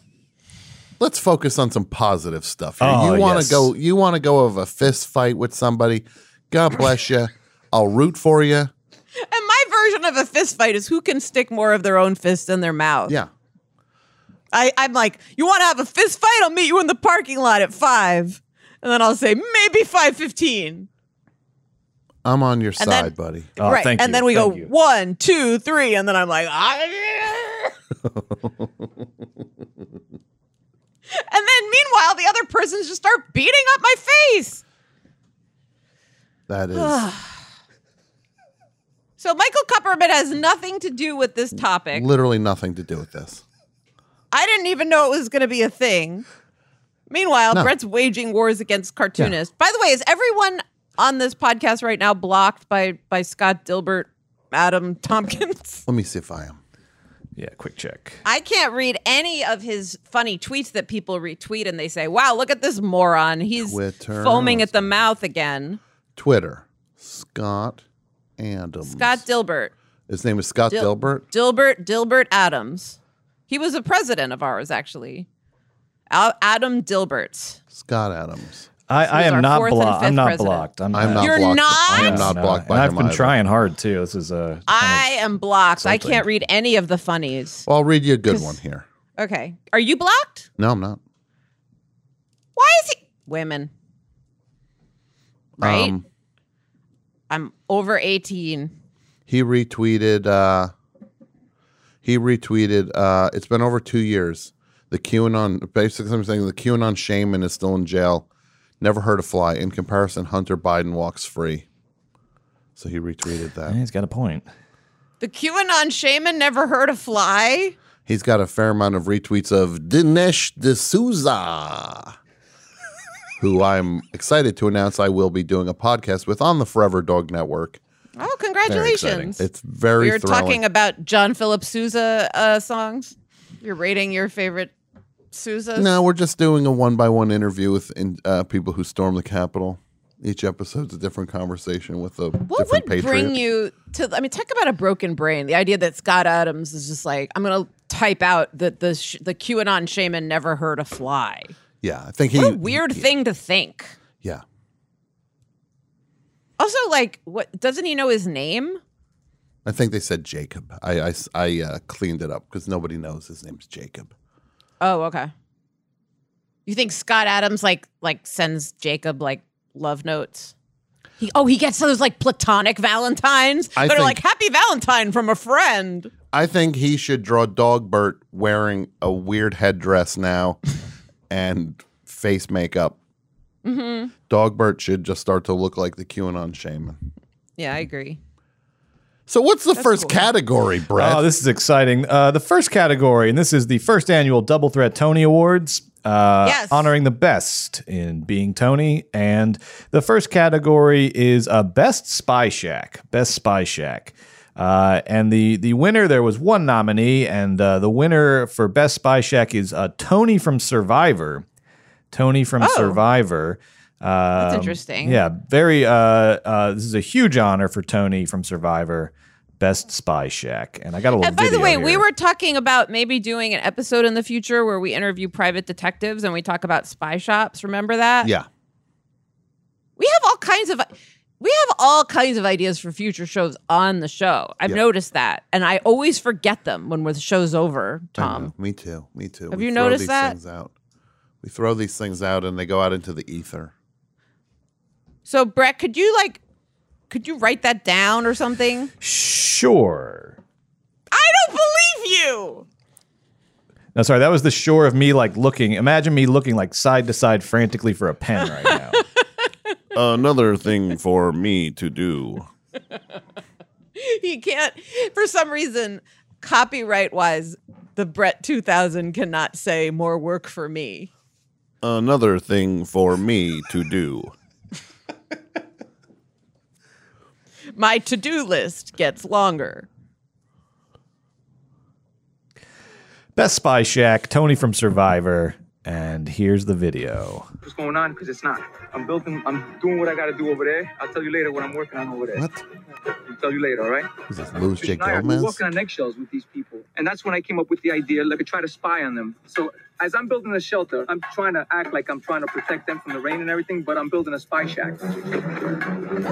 C: let's focus on some positive stuff. Here.
F: Oh,
C: you want to
F: yes.
C: go? You want to go of a fist fight with somebody? God bless you. I'll root for you.
B: And my version of a fist fight is who can stick more of their own fist in their mouth.
C: Yeah.
B: I, I'm like, you want to have a fist fight? I'll meet you in the parking lot at five, and then I'll say maybe five fifteen.
C: I'm on your
B: And
C: side,
B: then-
C: buddy.
F: Oh,
B: right.
F: thank
B: and
F: you.
B: then we
F: Thank
B: go
F: you.
B: one, two, three, and then I'm like,
F: [LAUGHS]
B: ah. and then meanwhile, the other persons just start beating up my face.
C: That
B: [SIGHS]
C: is
B: So Michael Kupperman has nothing to do with this topic.
C: literally nothing to do with this.
B: I didn't even know it was going to be a thing. Meanwhile,
C: No.
B: Brett's waging wars against cartoonists. By the way, is everyone on this podcast right now blocked by by Scott Dilbert, Adam Tompkins?
C: Let me see if I am.
F: Yeah. Quick check.
B: I can't read any of his funny tweets that people retweet and they say, wow, look at this moron. He's
C: Twitter.
B: foaming at the mouth again.
C: Twitter. Scott Adams.
B: Scott Dilbert.
C: His name is Scott
B: Dil-
C: Dilbert.
B: Dilbert, Dilbert Adams. He was a president of ours, actually. Al- Adam Dilbert.
C: Scott Adams.
F: I, I
B: was our
F: am not
B: fourth and
F: blocked.
B: fifth
F: I'm not
B: president.
F: blocked. I'm,
C: I'm not
B: You're
C: blocked.
B: not?
C: I am
F: No,
C: not
F: no.
C: blocked by
F: And I've
C: him
F: been
C: either.
F: trying hard too. This is a.
B: I am blocked. I
F: something.
B: can't read any of the funnies.
C: Well, I'll read you a good one here.
B: Okay. Are you blocked?
C: No, I'm not.
B: Why is he? Women. Right?
C: Um,
B: I'm over 18.
C: he retweeted. Uh, he retweeted. Uh, it's been over two years. The QAnon, basically, I'm saying the QAnon shaman is still in jail. Never heard a fly. In comparison, Hunter Biden walks free. So he retweeted
F: Yeah,
C: that.
F: he's got a point.
B: The QAnon shaman never heard a fly.
C: He's got a fair amount of retweets of Dinesh D'Souza, who I'm excited to announce I will be doing a podcast with on the Forever Dog Network.
B: Oh,
F: exciting.
B: congratulations.
C: It's very
B: We were
C: thrilling.
B: talking about John Philip Sousa uh, songs. You're rating your favorite Sousa.
C: No, we're just doing a one by one interview with in, uh, people who storm the Capitol. Each episode's a different conversation with a
B: What would
C: different patriot.
B: bring you to? I mean, talk about a broken brain. The idea that Scott Adams is just like, I'm going to type out that the sh- the QAnon shaman never heard a fly.
C: yeah, I think he.
B: What a weird thing to think.
C: Yeah,
B: Also, like, what doesn't he know his name?
C: I think they said Jacob. I I s- I, uh, cleaned it up because nobody knows his name's Jacob.
B: Oh, okay. You think Scott Adams like like sends Jacob like love notes? He oh he gets those like platonic Valentines
C: I
B: that are
C: think-
B: like happy Valentine from a friend.
C: I think he should draw Dogbert wearing a weird headdress
B: [LAUGHS]
C: now, and face makeup.
B: Mm-hmm.
C: Dogbert should just start to look like the QAnon shaman.
B: Yeah, I agree.
C: So what's the first
B: cool.
C: category, Brett?
F: Oh, this is exciting. Uh, the first category, and this is the first annual Double Threat Tony Awards, uh,
B: Yes.
F: honoring the best in being Tony. And the first category is uh, Best Spy Shack. Best Spy Shack. Uh, and the, the winner, there was one nominee, and uh, the winner for Best Spy Shack is uh, Tony from Survivor. Tony from Survivor. Uh,
B: Oh.
C: Um,
B: That's interesting.
F: Yeah, very. Uh, uh, this is a huge honor for Tony from Survivor, Best Spy Shack, and I got a little.
B: And by the
F: video
B: way, we
F: here.
B: were talking about maybe doing an episode in the future where we interview private detectives and we talk about spy shops. Remember that?
C: yeah,
B: We have all kinds of we have all kinds of ideas for future shows on the show. I've
C: Yeah.
B: noticed that, and I always forget them when the show's over.
C: I
B: Tom,
C: know. Me too. Me too.
B: Have
C: We
B: you
C: throw
B: noticed
C: these
B: that?
C: Things out. We throw these things out and they go out into the ether.
B: So Brett, could you like could you write that down or something?
F: Sure.
B: I don't believe you.
F: No, sorry, that was the shore of me like looking. Imagine me looking like side to side frantically for a pen right
B: [LAUGHS]
F: now.
K: Another thing for me to do.
D: [LAUGHS] you can't for some reason copyright wise the brett 2000 cannot say more work for me
K: Another thing for me to do.
D: my to-do list gets longer
F: Best Spy Shack, Tony from Survivor, and here's the video.
L: what's going on because it's not. I'm building. I'm doing what I got to do over there. I'll tell you later what I'm working on over there.
C: What?
L: I'll tell you later. All right.
C: Is this Luz J.
L: Tonight, I've been
C: Gomez?
L: walking on eggshells with these people, and that's when I came up with the idea, like, I try to spy on them. So as I'm building the shelter, I'm trying to act like I'm trying to protect them from the rain and everything, but I'm building a spy shack.
D: oh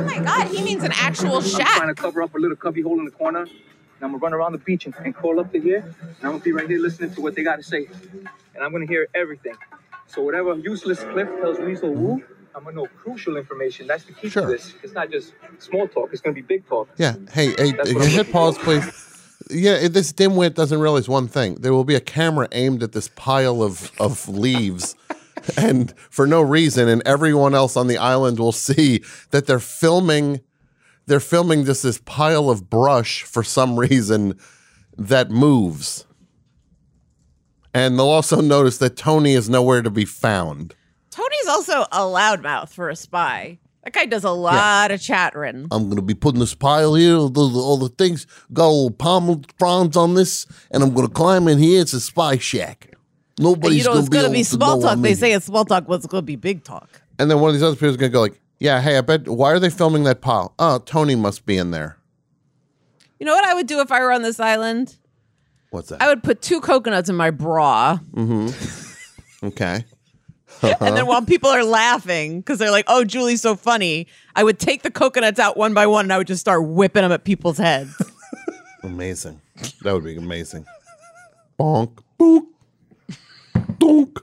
D: my god he means an actual
L: I'm trying
D: shack
L: to cover up a little cubby hole in the corner. And I'm gonna run around the beach and, and crawl up to here. And I'm gonna be right here listening to what they gotta say. And I'm gonna hear everything. So whatever useless Cliff tells Weasel Woo, I'm gonna know crucial information. That's the key
C: Sure.
L: to this. It's not just small talk, it's gonna be big talk.
C: Yeah. Hey, hey,
L: That's
C: hey,
L: what I'm
C: hit
L: looking
C: pause, please. Yeah, this dimwit doesn't realize one thing. There will be a camera aimed at this pile of, of leaves, [LAUGHS] and for no reason, and everyone else on the island will see that they're filming. They're filming just this pile of brush for some reason that moves, and they'll also notice that Tony is nowhere to be found.
D: tony's also a loudmouth for a spy that guy does a lot of chattering
C: I'm gonna be putting this pile here, all the, all the things, got all the palm fronds on this, and I'm gonna climb in here. It's a spy shack. Nobody's
D: you know it's gonna
C: able
D: be
C: to
D: small
C: know
D: talk
C: I'm
D: they
C: in
D: say
C: here.
D: it's small talk but it's gonna be big talk
C: And then one of these other people's gonna go like, "Yeah, hey, I bet. Why are they filming that pile? Oh, Tony must be in there.
D: you know what i would do if i were on this island
C: What's that?
D: i would put two coconuts in my bra
C: okay.
D: And then while people are laughing because they're like, "Oh, Julie's so funny," I would take the coconuts out one by one and I would just start whipping them at people's heads. [LAUGHS]
C: Amazing. That would be amazing. Bonk, boonk, donk.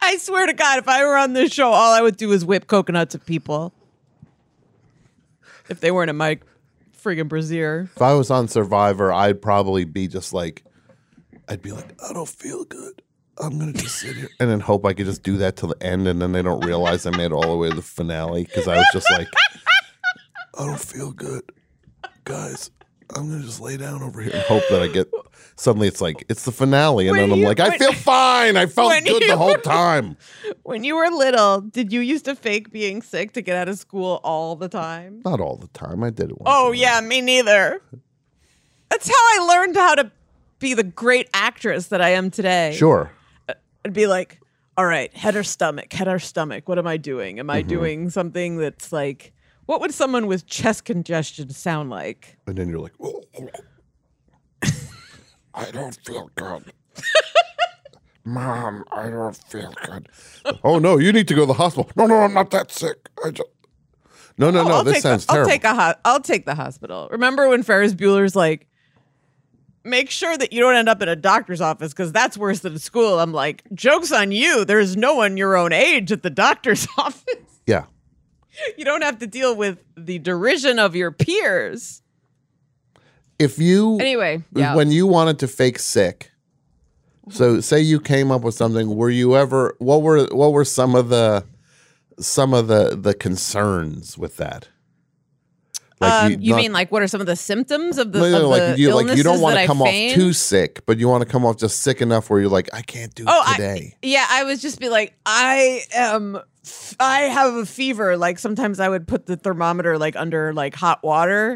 D: I swear to God, if I were on this show, all I would do is whip coconuts at people if they weren't in my friggin' brassiere.
C: If I was on Survivor, I'd probably be just like, I'd be like, I don't feel good. I'm gonna just sit here and then hope I could just do that till the end, and then they don't realize I made it all the way to the finale because I was just like, I don't feel good, guys. I'm gonna just lay down over here and hope that I get. Suddenly, it's like it's the finale, and
D: When
C: then I'm
D: you-
C: like, I
D: when-
C: feel fine. I felt
D: when
C: good
D: you-
C: the whole time.
D: When you were little, did you used to fake being sick to get out of school all the time?
C: Not all the time. I did it. Once
D: Oh
C: in a
D: yeah, me neither. That's how I learned how to be the great actress that I am today.
C: while. Sure.
D: I'd be like, all right, head or stomach, head or stomach. What am I doing? Am I
C: Mm-hmm.
D: doing something that's like, what would someone with chest congestion sound like?
C: And then you're like, "Oh, I don't feel good. Mom, I don't feel good. oh no, you need to go to the hospital. No, no, I'm not that sick. I just No, no,
D: Oh,
C: no,
D: I'll
C: this
D: take
C: sounds
D: the,
C: terrible.
D: I'll take a ho- I'll take the hospital. Remember when Ferris Bueller's like, make sure that you don't end up in a doctor's office because that's worse than school. I'm like, jokes on you. There's no one your own age at the doctor's [LAUGHS] office.
C: yeah.
D: You don't have to deal with the derision of your peers.
C: If you
D: Anyway, yeah.
C: when you wanted to fake sick, so say you came up with something, were you ever what were what were some of the some of the the concerns with that?
D: um, you
C: not-
D: mean like what are some of the symptoms of the,
C: No, no,
D: of
C: no, like
D: the
C: you like you don't
D: illnesses
C: want
D: that I
C: to come off
D: feign?
C: too sick, but you want to come off just sick enough where you're like, I can't do
D: Oh,
C: it
D: I-
C: today.
D: yeah, I was just be like, I am, f- I have a fever. Like sometimes I would put the thermometer like under like hot water,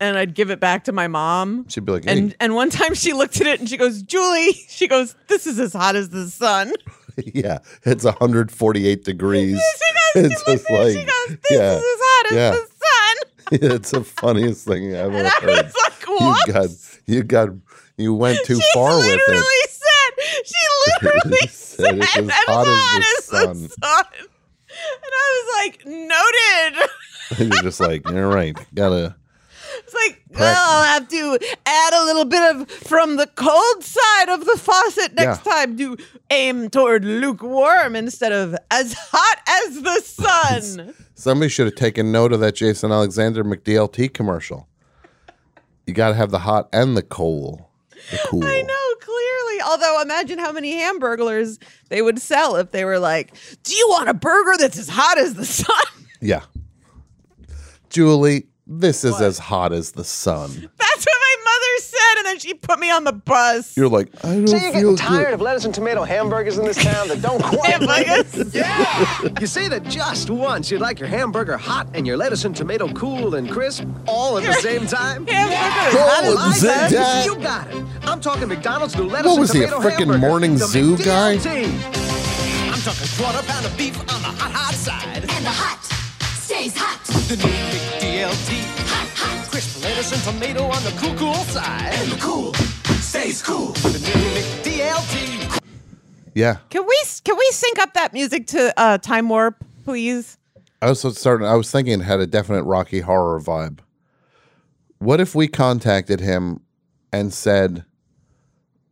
D: and I'd give it back to my mom.
C: She'd be like, Mm-hmm. hey,
D: And and one time she looked at it and she goes, Julie, she goes, this is as hot as the sun.
C: [LAUGHS]
D: [LAUGHS]
C: yeah, it's 148 degrees.
D: She
C: [LAUGHS]
D: goes,
C: it's
D: she looks
C: just
D: at it,
C: like,
D: she goes, this
C: yeah,
D: is as hot as
C: yeah.
D: the sun. [LAUGHS]
C: [LAUGHS] it's the funniest thing I've
D: And
C: ever
D: I
C: heard.
D: was like,
C: You
D: what?
C: got, you got, you went [LAUGHS] too
D: she
C: far with
D: literally
C: it.
D: said she literally
C: said
D: said,
C: it's as
D: "I'm
C: hot as the sun."
D: And I was like, noted. [LAUGHS]
C: And [LAUGHS] you're just like, all right, gotta.
D: It's like, well, I'll have to add a little bit of from the cold side of the faucet next
C: Yeah.
D: time to aim toward lukewarm instead of as hot
C: [LAUGHS]
D: as the sun.
C: Somebody should have taken note of that Jason Alexander McDLT commercial. You got to have the hot and the cold. cool.
B: I know, clearly. Although, imagine how many hamburglers they would sell if they were like, Do you want a burger that's as hot as
D: [LAUGHS]
B: the sun?
C: Yeah. Julie, this is as hot as the sun.
B: That's what my mother said. And then she put me on the bus. [LAUGHS]
C: You're like, I don't
I: So you're
C: feel
I: getting tired
C: good.
I: of lettuce and tomato hamburgers in this town that
C: [LAUGHS]
I: don't quite like
B: Hamburgers?
I: Yeah! You say that just once you'd like your hamburger hot and your lettuce and tomato cool and crisp all at the same time?
B: Hamburgers.
C: Cool.
B: Hot as
I: I
C: Is that-
I: bet You got it. I'm talking McDonald's new lettuce
C: What
I: and
C: was he, a
I: tomato
C: frickin'
I: hamburger.
C: morning
I: The
C: zoo guy?
I: McDLT. I'm talking quarter pound of beef on the hot, hot side.
M: And the hot stays hot.
I: The new McDLT.
M: Hot, hot,
I: Crisp lettuce and tomato on the cool, cool side.
M: cool. Stays cool.
I: The new McDLT.
C: Yeah.
B: Can we can we sync up that music to uh, Time Warp, please?
C: I was starting. I was thinking it had a definite Rocky Horror vibe. What if we contacted him and said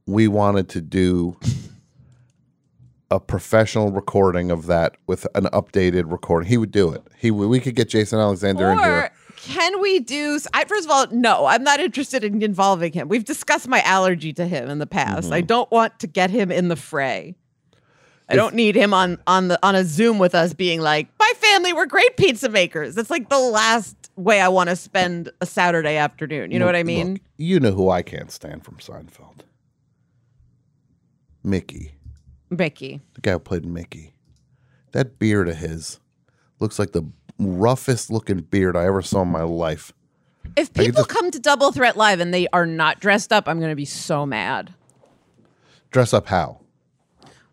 C: we wanted to do a professional recording of that with an updated recording? He would do it. He would- we could get Jason Alexander in
B: Or
C: here.
B: can we do? I, first of all, no, I'm not interested in involving him. We've discussed my allergy to him in the past.
C: Mm-hmm.
B: I don't want to get him in the fray. I don't need him on on the on a Zoom with us, being like, "My family were great pizza makers." That's like the last way I want to spend a Saturday afternoon. You know what I mean?
C: Look, you know who I can't stand from Seinfeld. Mickey,
B: Mickey.
C: the guy who played Mickey. That beard of his looks like the roughest looking beard I ever saw in my life.
B: If
C: I could
B: people
C: just-
B: come to Double Threat Live and they are not dressed up, I'm going to be so mad.
C: Dress up how?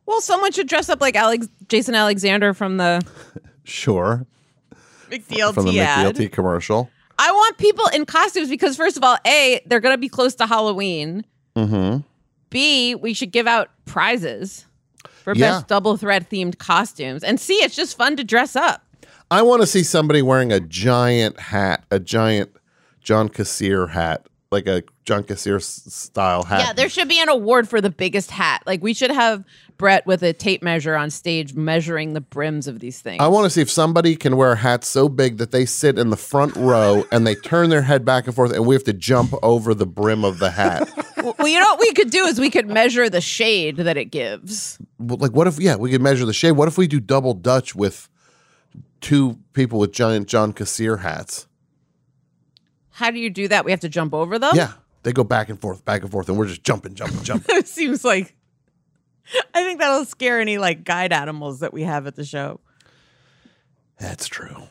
B: Well, someone should dress up like Alex Jason Alexander from the
C: Sure.
B: McDLT
C: From the
B: ad.
C: McDLT commercial.
B: I want people in costumes because first of all, A, they're gonna be close to Halloween.
C: Mm-hmm.
B: B, we should give out prizes for
C: Yeah.
B: best double thread themed costumes. And C, it's just fun to dress up.
C: I want to see somebody wearing a giant hat, a giant John Kassir hat, like a John Kassir s- style hat.
B: Yeah, there should be an award for the biggest hat. Like we should have Brett with a tape measure on stage measuring the brims of these things.
C: I want to see if somebody can wear a hat so big that they sit in the front row and they turn their head back and forth, and we have to jump over the brim of the
B: [LAUGHS]
C: hat.
B: well, you know what we could do is we could measure the shade that it gives.
C: But, like, what if, yeah, we could measure the shade. What if we do double Dutch with two people with giant John Kassir hats?
B: How do you do that? We have to jump over them?
C: Yeah. They go back and forth, back and forth, and we're just jumping, jumping, jumping. [LAUGHS]
B: [LAUGHS] it seems like I think that'll scare any like guide animals that we have at the show.
C: That's true.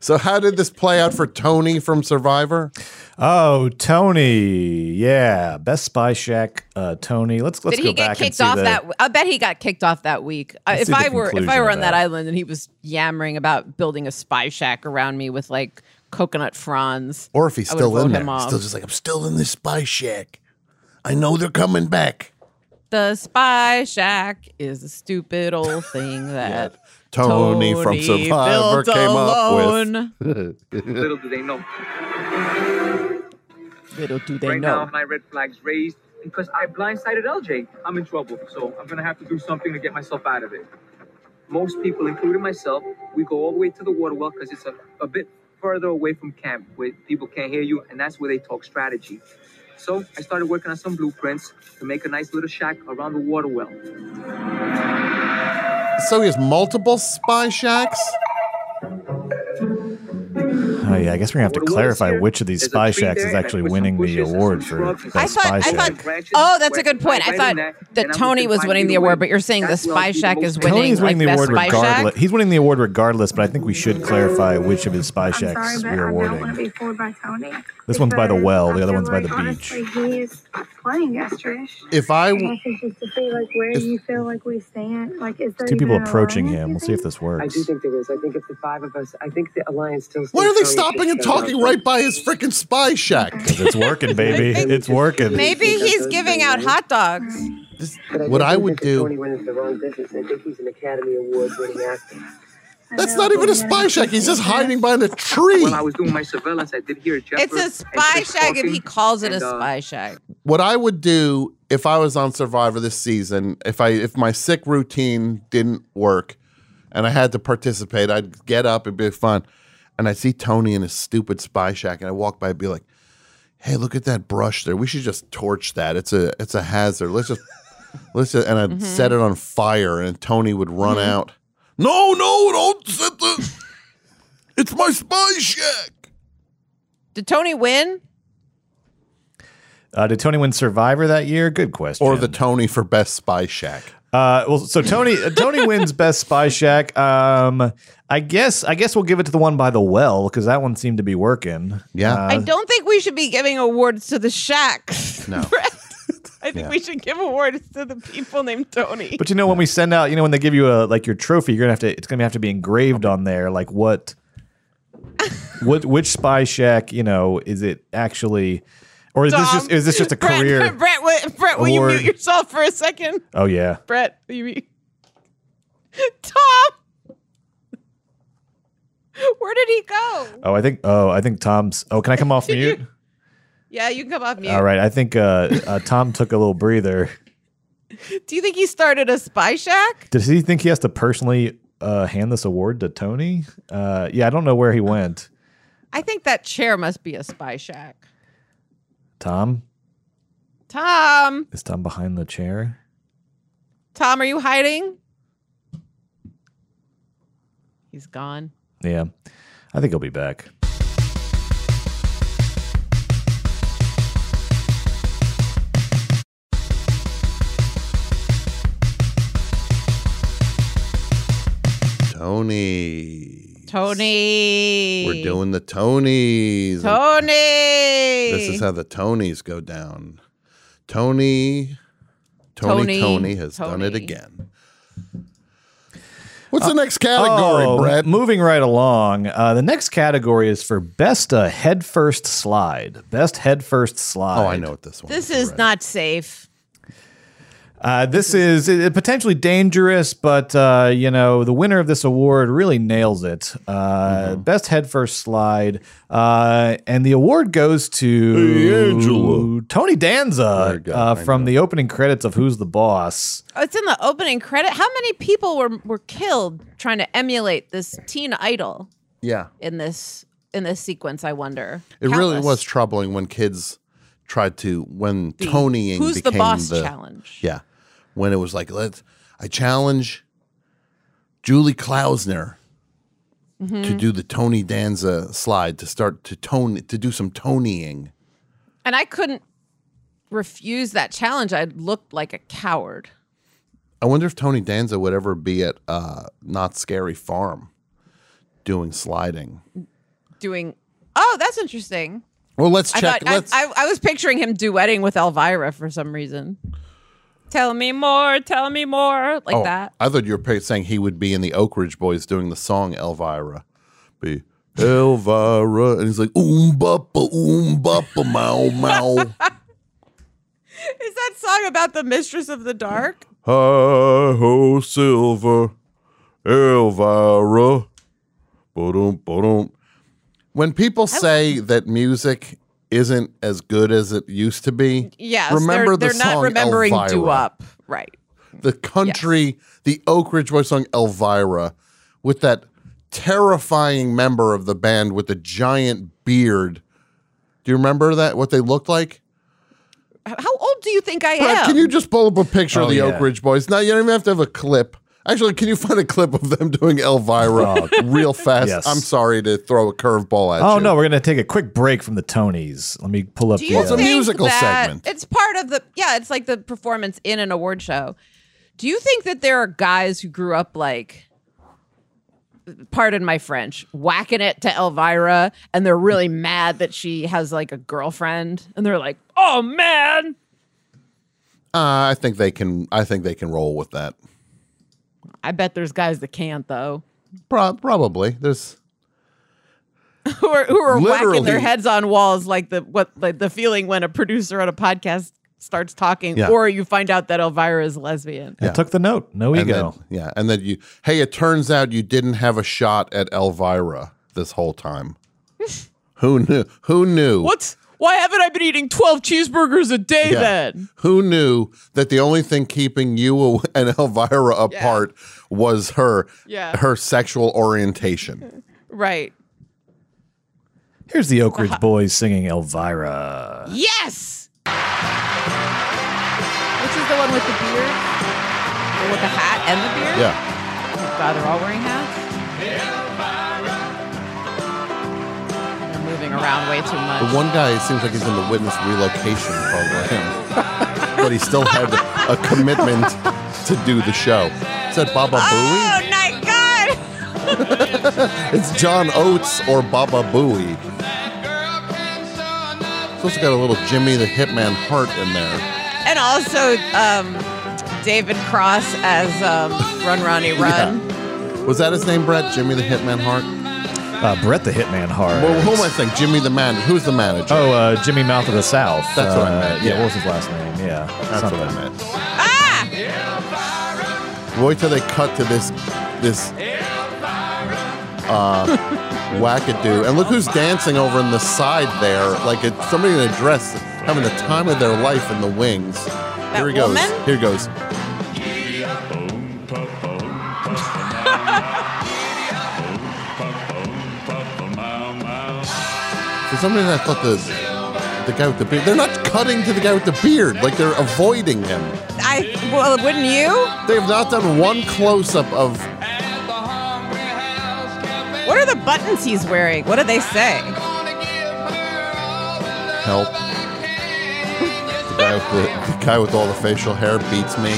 C: so how did this play out for Tony from Survivor?
F: Oh, Tony. Yeah. Best Spy Shack, uh, Tony. Let's let's
B: Did
F: go
B: he get
F: back and
B: kicked
F: see
B: off
F: the-
B: that? I bet he got kicked off that week. Uh,
F: Let's
B: if
F: see the
B: I were if I
F: conclusion
B: were
F: of
B: on that
F: that.
B: island and he was yammering about building a spy shack around me with like coconut fronds,
C: Or if he's
B: I would
C: still
B: vote
C: in
B: him
C: there,
B: off.
C: still just like I'm still in this spy shack. I know they're coming back.
B: the spy shack is a stupid old
F: [LAUGHS]
B: thing that
C: Tony, from Survivor
B: built
C: came up
B: alone.
L: Little do they know.
B: Little do they
L: right
B: know.
L: now, my red flag's raised because I blindsided LJ. I'm in trouble, so I'm gonna have to do something to get myself out of it. Most people, including myself, we go all the way to the water well because it's a, a bit further away from camp where people can't hear you, and that's where they talk strategy. So I started working on some blueprints to make a nice little shack around the water well.
C: with. So he has multiple spy shacks.
F: Oh yeah, I guess we're gonna have to
L: Water well is
F: clarify
L: here.
F: which of these
L: There's a
F: spy
L: tree
F: shacks
L: there,
F: is
L: and I
F: actually
L: put some
F: winning the
L: bushes and
F: award
L: some
F: for
L: shrubs
F: best
L: and
B: I thought.
F: spy
B: I
F: shack.
B: thought. Oh, that's a good point. I thought that Tony was winning the award, but you're saying the spy shack is winning.
F: Tony's winning
B: like,
F: the
B: best
F: award
B: spy shack?
F: regardless. He's winning the award regardless, but I think we should clarify which of his spy shacks we're awarding.
M: be fooled by Tony.
F: This one's by the well, the other one's by the
M: Honestly,
F: beach.
M: he's playing Gastrish.
C: If I
M: I
C: w-
M: guess it's just to see like where
C: If-
M: you feel like we stand. Like is there
F: Two people
M: even an
F: approaching
M: alliance,
F: him.
M: you
F: We'll see if
M: think?
F: this works.
N: think there is. I think if the five of us, I think the alliance still.
C: why are they stopping and talking right by his freaking spy shack?
M: [LAUGHS]
F: It's working, baby. It's working.
B: Maybe he's giving out hot dogs.
C: This- what I would do.
N: went into the wrong business. I think he's an Academy Award winning actor.
M: I
C: That's
M: know,
C: not even a
M: but yeah,
C: spy shack. He's just
M: yeah.
C: hiding behind a tree.
L: When I was doing my surveillance, I did hear Jeff.
B: It's a spy shack if he calls it a
F: uh,
B: spy shack.
C: what I would do if I was on Survivor this season, if I if my sick routine didn't work and I had to participate, I'd get up and be fine. And I'd see Tony in his stupid spy shack and I walk by and be like, hey, look at that brush there. We should just torch that. It's a it's a hazard. Let's just [LAUGHS] let's just, and I'd set it on fire, and Tony would run out. No, no, don't set the. [LAUGHS] It's my spy shack.
B: Did Tony win?
F: Uh, did Tony win Survivor that year? Good question.
C: Or the Tony for Best Spy Shack.
F: Uh, well, so Tony uh, Tony wins Best Spy Shack. Um, I guess I guess we'll give it to the one by the well because that one seemed to be working.
C: Yeah,
F: Uh,
B: I don't think we should be giving awards to the shacks.
C: No.
B: [LAUGHS] Brett. I think
F: Yeah.
B: we should give awards to the people named Tony.
F: But you know when we send out, you know when they give you a like your trophy, you're gonna have to. It's gonna have to be engraved on there. Like what, what which Spy Shack? You know, is it actually, or is this
B: Dom.
F: just is this just
B: [LAUGHS]
F: a
B: Brett,
F: career?
B: Brett, will, Brett, will you
F: award?
B: mute yourself for a second?
F: Oh yeah.
B: Brett, will you mute? Tom, where did he go?
F: Oh, I think. Oh, I think Tom's. Oh, can I come off mute?
B: Yeah, you can come off mute.
F: All right. I think uh, uh, Tom took a little breather.
B: Do you think he started a spy shack?
F: Does he think he has to personally uh, hand this award to Tony? Uh, yeah, I don't know where he went.
B: I think that chair must be a spy shack.
F: Tom
B: Tom,
F: is Tom behind the chair?
B: Tom, are you hiding? He's gone.
F: Yeah, I think he'll be back.
C: Tony.
B: Tony.
C: We're doing the Tonys.
B: Tony.
C: This is how the Tonys go down. Tony, Tony, Tony,
B: Tony,
C: has
B: Tony.
C: done it again. Uh, What's the next category,
F: Oh,
C: Brett?
F: Moving right along, uh, the next category is for best uh, head first slide. Best head first slide.
C: Oh, I know what this one.
B: This is not safe.
F: Uh, this is it, it potentially dangerous, but uh, you know the winner of this award really nails it. Uh,
C: Mm-hmm.
F: Best headfirst slide, uh, and the award goes to Tony Danza uh, from the opening credits of Who's the Boss.
B: Oh, it's in the opening credit. How many people were were killed trying to emulate this teen idol
C: Yeah,
B: in this in this sequence? I wonder.
C: it really
B: Countless.
C: was troubling when kids tried to when
B: The
C: Tonying
B: Who's the
C: became
B: Boss challenge.
C: Yeah, when it was like let's I challenge Julie Klausner to
B: Mm-hmm.
C: do the Tony Danza slide to start to tone to do some Tonying.
B: And I couldn't refuse that challenge. I looked like a coward.
C: I wonder if Tony Danza would ever be at uh, Not Scary Farm doing sliding.
B: Doing. Oh, that's interesting.
C: Well, let's
B: I
C: check.
B: thought I,
C: let's.
B: I, I was picturing him duetting with Elvira for some reason. Tell me more. Tell me more. Like
C: oh,
B: that.
C: I thought you were pa- saying he would be in the Oak Ridge Boys doing the song Elvira. Be Elvira, and he's like oom bappa oom bappa mow mow.
B: [LAUGHS] Is that song about the mistress of the dark?
O: Hi ho, silver, Elvira. Ba-dum, ba-dum.
C: When people say that music isn't as good as it used to be,
B: Yes.
C: remember
B: they're,
C: the
B: they're not
C: song
B: remembering
C: Elvira.
B: do up. Right.
C: the country, the Oak Ridge Boys song Elvira, with that terrifying member of the band with the giant beard. Do you remember that? What they looked like?
B: H- How old do you think I
C: Brett,
B: am?
C: can you just pull up a picture
F: Oh,
C: of the
F: yeah.
C: Oak Ridge Boys? Now you don't even have to have a clip. Actually, can you find a clip of them [LAUGHS] doing Elvira real fast?
F: Oh, Yes.
C: I'm sorry to throw a curveball at you.
F: Oh no, we're gonna take a quick break from the Tonys. Let me pull up.
B: do
F: the,
B: you
C: Well, it's a
B: think
C: musical
B: that
C: segment.
B: It's part of the yeah, it's like the performance in an award show. Do you think that there are guys who grew up like pardon my French, whacking it to Elvira and they're really mad that she has like a girlfriend and they're like, "Oh man."
C: Uh, I think they can. I think they can roll with that.
B: I bet there's guys that can't though. [LAUGHS]
C: Pro- probably there's.
B: who are who are whacking
C: Literally.
B: their heads on walls like the what like the feeling when a producer on a podcast starts talking
C: Yeah.
B: or you find out that Elvira is lesbian.
F: I took the note. No
C: and
F: ego.
C: then- yeah, and then you. Hey, it turns out you didn't have a shot at Elvira this whole time. Who knew? Who knew?
B: What's why haven't I been eating 12 cheeseburgers a day
C: Yeah.
B: then?
C: Who knew that the only thing keeping you [LAUGHS] aw- and Elvira apart was her
B: Yeah.
C: her sexual orientation?
B: Right.
F: Here's the Oak Ridge Boys singing Elvira.
B: Yes. Which is the one with the beard, or with the hat and the beard?
C: Yeah.
B: Oh God, they're all wearing hats. They're moving around way too much.
C: The one guy seems like he's in the witness relocation program, [LAUGHS] but he still had a commitment to do the show. Is that Baba
B: Oh my God!
C: Booey? It's John Oates or Baba Booey. It's also got a little Jimmy the Hitman heart in there.
B: And also, um, David Cross as um, Run Ronnie Run.
C: Was that his name, Brett? Jimmy the Hitman Hart?
F: Uh, Brett the Hitman Hart.
C: Well, who am I thinking? Jimmy the manager. Who's the manager?
F: Oh, uh, Jimmy Mouth of the South.
C: That's what I
F: Uh,
C: meant,
F: Yeah,
C: yeah.
F: what was his last name? Yeah.
C: That's what
F: something.
C: I meant.
B: Ah!
C: Wait till they cut to this this uh wackadoo. And look who's dancing over in the side there, like it's somebody in a dress having the time of their life in the wings. Here he goes.
B: woman?
C: Here he goes. For some reason I thought the the guy with the beard they're not cutting to the guy with the beard, like they're avoiding him.
B: I well, wouldn't you?
C: They have not done one close up of
B: What are the buttons he's wearing? What do they say?
C: help. The guy, with the, the guy with all the facial hair beats me.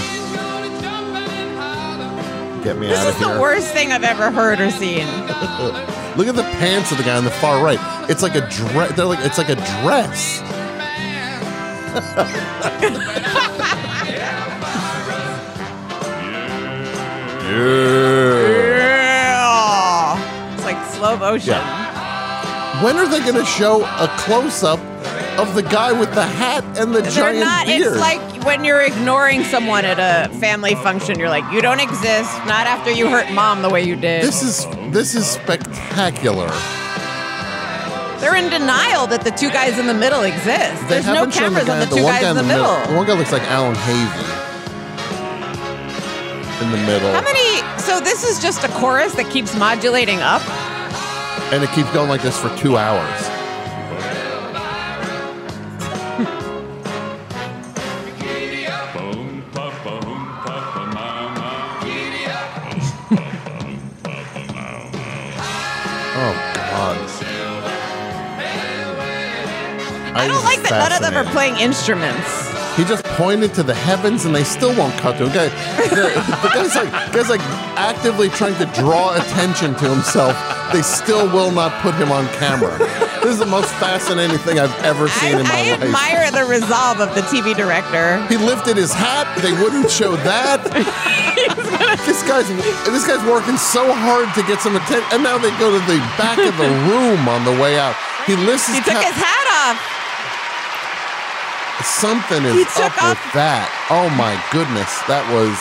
C: Get me
B: This
C: out of
B: is
C: here.
B: the worst thing I've ever heard or seen.
C: Look at the pants of the guy on the far right. It's like a dress. They're like it's like a dress. Yeah.
B: Yeah. It's like slow motion.
C: When are they going to show a close up of the guy with the hat and the
B: They're
C: giant
B: not.
C: beard?
B: It's like when you're ignoring someone at a family function. You're like, you don't exist. Not after you hurt mom the way you did.
C: this is this is spectacular.
B: They're in denial that the two guys in the middle exist.
C: They
B: There's no
C: haven't shown
B: cameras on the two
C: one
B: guys
C: guy
B: in the middle.
C: The one guy looks like Alan Havey in the middle,
B: How many? So this is just a chorus that keeps modulating up.
C: and it keeps going like this for two hours. [LAUGHS] Oh God!
B: I don't like that none of them are playing instruments.
C: He just pointed to the heavens, and they still won't cut to him. Guy, the, the guy's like, guy's like actively trying to draw attention to himself. They still will not put him on camera. This is the most fascinating thing I've ever
B: I,
C: seen in my
B: I
C: life.
B: admire the resolve of the TV director.
C: He lifted his hat. They wouldn't show
B: [LAUGHS]
C: that. this guy's this guy's working so hard to get some attention, and now they go to the back of the room on the way out. He lifts his
B: He took
C: cap-
B: his hat off.
C: Something
B: He
C: is
B: took
C: up with that. Oh my goodness, that was.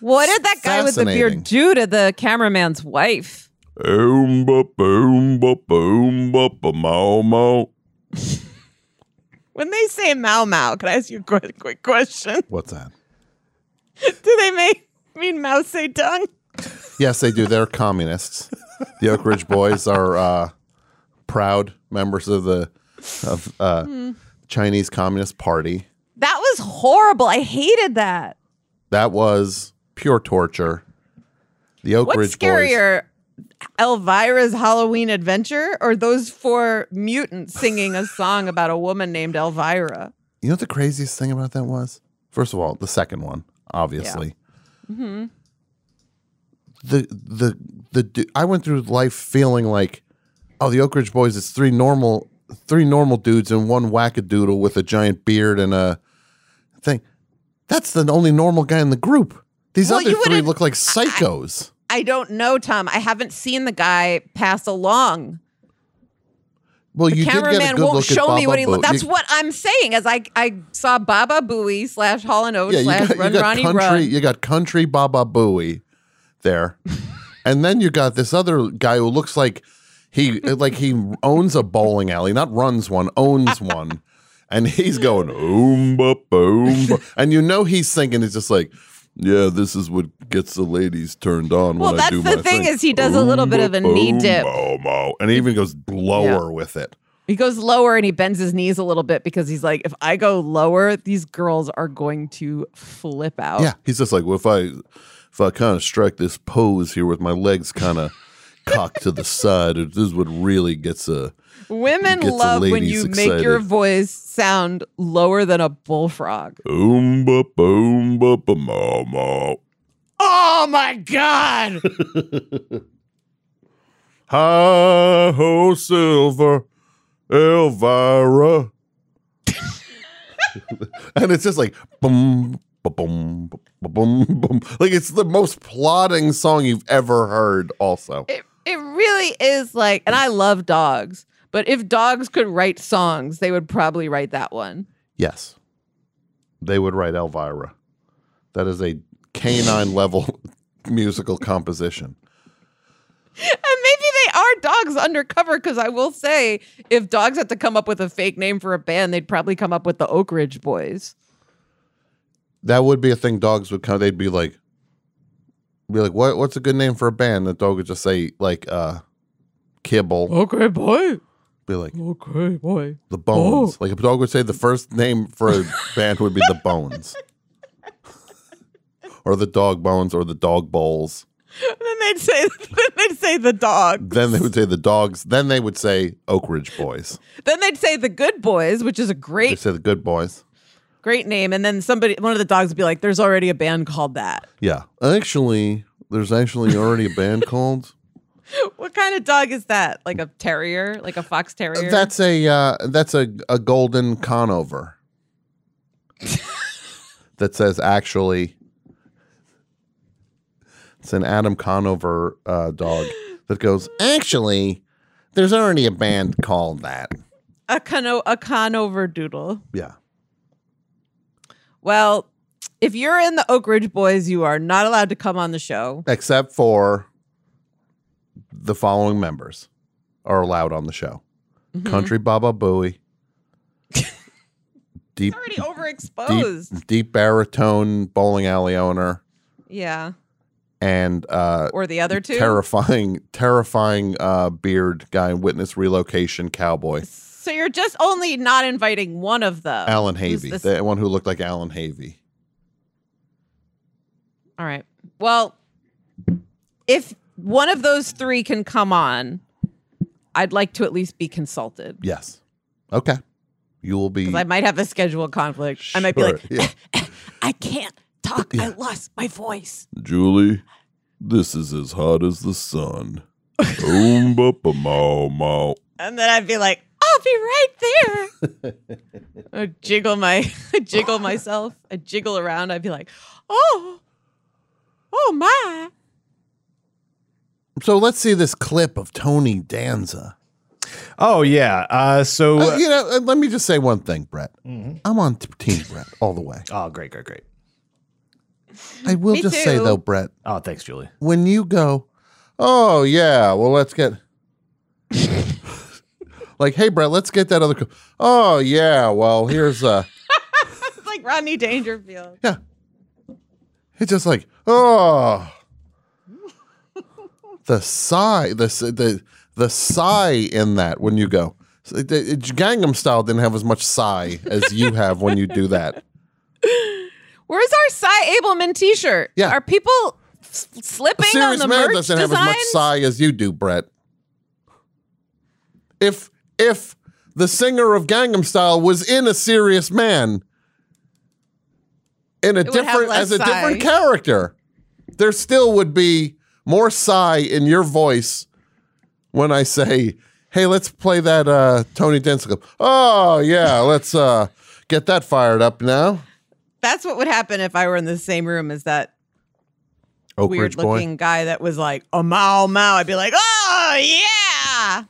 B: What did that guy with the
C: Fascinating.
B: beard do to the cameraman's wife?
O: Boom, ba, boom, ba, boom, ba, ba, mow, mow.
B: When they say Mau Mau, can I ask you a quick, quick question? [LAUGHS]
C: What's that?
B: Do they make, mean Mao Zedong?
C: Yes, they do. They're communists. The Oak Ridge Boys are uh, proud members of the of uh, Chinese Communist Party.
B: That was horrible. I hated that.
C: That was pure torture. The Oak
B: What's
C: Ridge Boys.
B: scarier, Elvira's Halloween Adventure or those four mutants singing [LAUGHS] a song about a woman named Elvira?
C: You know what the craziest thing about that was? First of all, the second one, obviously.
B: hmm
C: the the the du- I went through life feeling like, oh, the Oak Ridge Boys is three normal three normal dudes and one wackadoodle with a giant beard and a thing. That's the only normal guy in the group. These
B: Well,
C: other
B: you
C: three
B: wouldn't-
C: look like psychos.
B: I don't know, Tom. I haven't seen the guy pass along.
C: well, you
B: the
C: did get a
B: cameraman
C: good
B: won't
C: look
B: show
C: at
B: me
C: Baba
B: what he
C: Boo-
B: looks. That's
C: you-
B: what I'm saying. As I I saw Baba Booey slash Hall and Oates
C: Yeah, you
B: slash
C: got, you
B: Run
C: got
B: Ronnie
C: country.
B: Run.
C: You got country Baba Booey there, and then you got this other guy who looks like he like he owns a bowling alley, not runs one,
B: [LAUGHS]
C: owns one, and he's going boom ba boom, ba," and you know he's thinking he's just like. Yeah, this is what gets the ladies turned on
B: Well,
C: when I
B: that's
C: do
B: the
C: my
B: thing
C: thing.
B: is he does a little bit of a knee
O: Boom,
B: dip.
O: mow, mow. And he even goes
C: Lower with it.
D: He goes lower and he bends his knees a little bit because he's like, if I go lower, these girls are going to flip out.
C: Yeah, he's just like, well, if I if I kind of strike this pose here with my legs kind
O: [LAUGHS]
C: of cocked to the side, this is what really gets a.
D: Women
C: Gets the
D: love when you
C: ladies
D: make your
C: excited.
D: voice sound lower than a bullfrog.
O: Boom, ba, boom, ba, ba, mow, mow.
D: Oh my God.
O: [LAUGHS] Hi ho, Silver Elvira.
C: [LAUGHS] And it's just like boom, ba boom, ba boom, boom. Like it's the most plodding song you've ever heard. Also,
D: it, it really is like, and I love dogs, but if dogs could write songs, they would probably write that one.
C: yes, they would write Elvira. That is a canine level [LAUGHS] musical composition.
D: And maybe they are dogs undercover because I will say, if dogs had to come up with a fake name for a band, they'd probably come up with the Oak Ridge Boys.
C: That would be a thing. Dogs would come. They'd be like, be like, what? What's a good name for a band? The dog would just say like, uh, kibble.
D: Okay, boy.
C: Be like
D: Okay, boy. Oh.
C: the bones. Like a dog would say, the first name for a band would be the
D: [LAUGHS]
C: bones, or the dog bones, or the dog bowls.
D: then they'd say, [LAUGHS] then they'd say the dog.
C: Then they would say the dogs. Then they would say Oak Ridge Boys.
D: Then they'd say the Good Boys, which is a
C: They
D: great,
C: say the good boys.
D: great name. And then somebody, one of the dogs would be like, "There's already a band called that."
C: Yeah, actually, there's actually already a band called.
D: What kind of dog is that? Like a terrier, like a fox terrier?
C: That's a uh, that's a, a golden conover that says actually. It's an Adam Conover uh, dog that goes actually. There's already a band called that.
D: a cano a conover doodle.
C: Yeah.
D: Well, if you're in the Oak Ridge Boys, you are not allowed to come on the show.
C: except for the following members are allowed on the show:
D: Mhm.
C: Country Baba
D: [LAUGHS]
C: Booey, deep,
D: Already
C: deep,
D: overexposed.
C: deep baritone bowling alley owner,
D: Yeah.
C: and uh,
D: Or the other two?
C: terrifying, terrifying uh, beard guy in witness relocation cowboy
D: So you're just only not inviting one of them.
C: Alan
D: Who's
C: Havey,
D: this-
C: the one who looked like Alan Havey.
D: All right. Well, if one of those three can come on, I'd like to at least be consulted
C: Yes. Okay. You will be.
D: because I might have a schedule conflict. I might be
C: Sure,
D: like,
C: [LAUGHS] yeah.
D: I can't talk. I lost my voice.
O: Julie, this is as hot as the sun. Boom, ba, ba, oh, mow, mow.
D: And then I'd be like, I'll be right
C: [LAUGHS]
D: there. I jiggle my [LAUGHS] I jiggle myself. I jiggle around. I'd be like, oh, oh my.
C: so let's see this clip of Tony Danza.
F: Oh yeah. Uh, so
C: Uh, you know, uh, let me just say one thing, Brett. I'm on t- Team Brett all the way.
F: oh, great, great, great.
C: I will
D: Me
C: just say
D: too.
C: though, Brett,
F: Oh, thanks, Julie.
C: when you go, oh yeah, well let's
D: [LAUGHS]
C: get, like, hey Brett, let's get that other. Co- oh yeah, well here's uh,
D: It's like Rodney Dangerfield.
C: yeah. It's just like oh, the sigh, the s- the the sigh in that when you go. So it- it- Gangnam Style didn't have as much sigh as you have when you do that.
D: Where's our Cy Abelman t-shirt?
C: Yeah.
D: Are people s- slipping on
C: Serious
D: the
C: man
D: merch
C: doesn't
D: designs?
C: have as much sigh as you do, Brett. If if the singer of Gangnam Style was in a serious man, in a
D: would have
C: different
D: less
C: as a different
D: sigh.
C: character, there still would be more sigh in your voice when I say, "Hey, let's play that uh, Tony Densicle." Oh yeah, let's uh, get that fired up now.
D: That's what would happen if I were in the same room as that
C: Oak Ridge
D: weird
C: Boy.
D: looking guy that was like, a mau mau. I'd be like, oh yeah.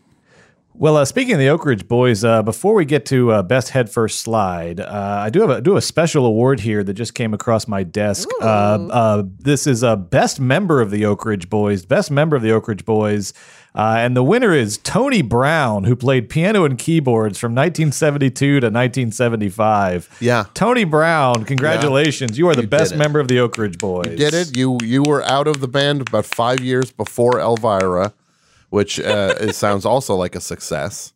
F: Well, uh, speaking of the Oak Ridge Boys, uh, before we get to uh, best head first slide, uh, I do have a, do have a special award here that just came across my desk. Uh, uh, this is a uh, best member of the Oak Ridge Boys, best member of the Oak Ridge Boys, uh, and the winner is Tony Brown, who played piano and keyboards from 1972 to 1975.
C: Yeah.
F: Tony Brown, congratulations! You are the
C: You did
F: best
C: it.
F: member of the Oak Ridge Boys.
C: did it. You you were out of the band about five years
D: [LAUGHS]
C: before Elvira, which uh, it sounds also like a success.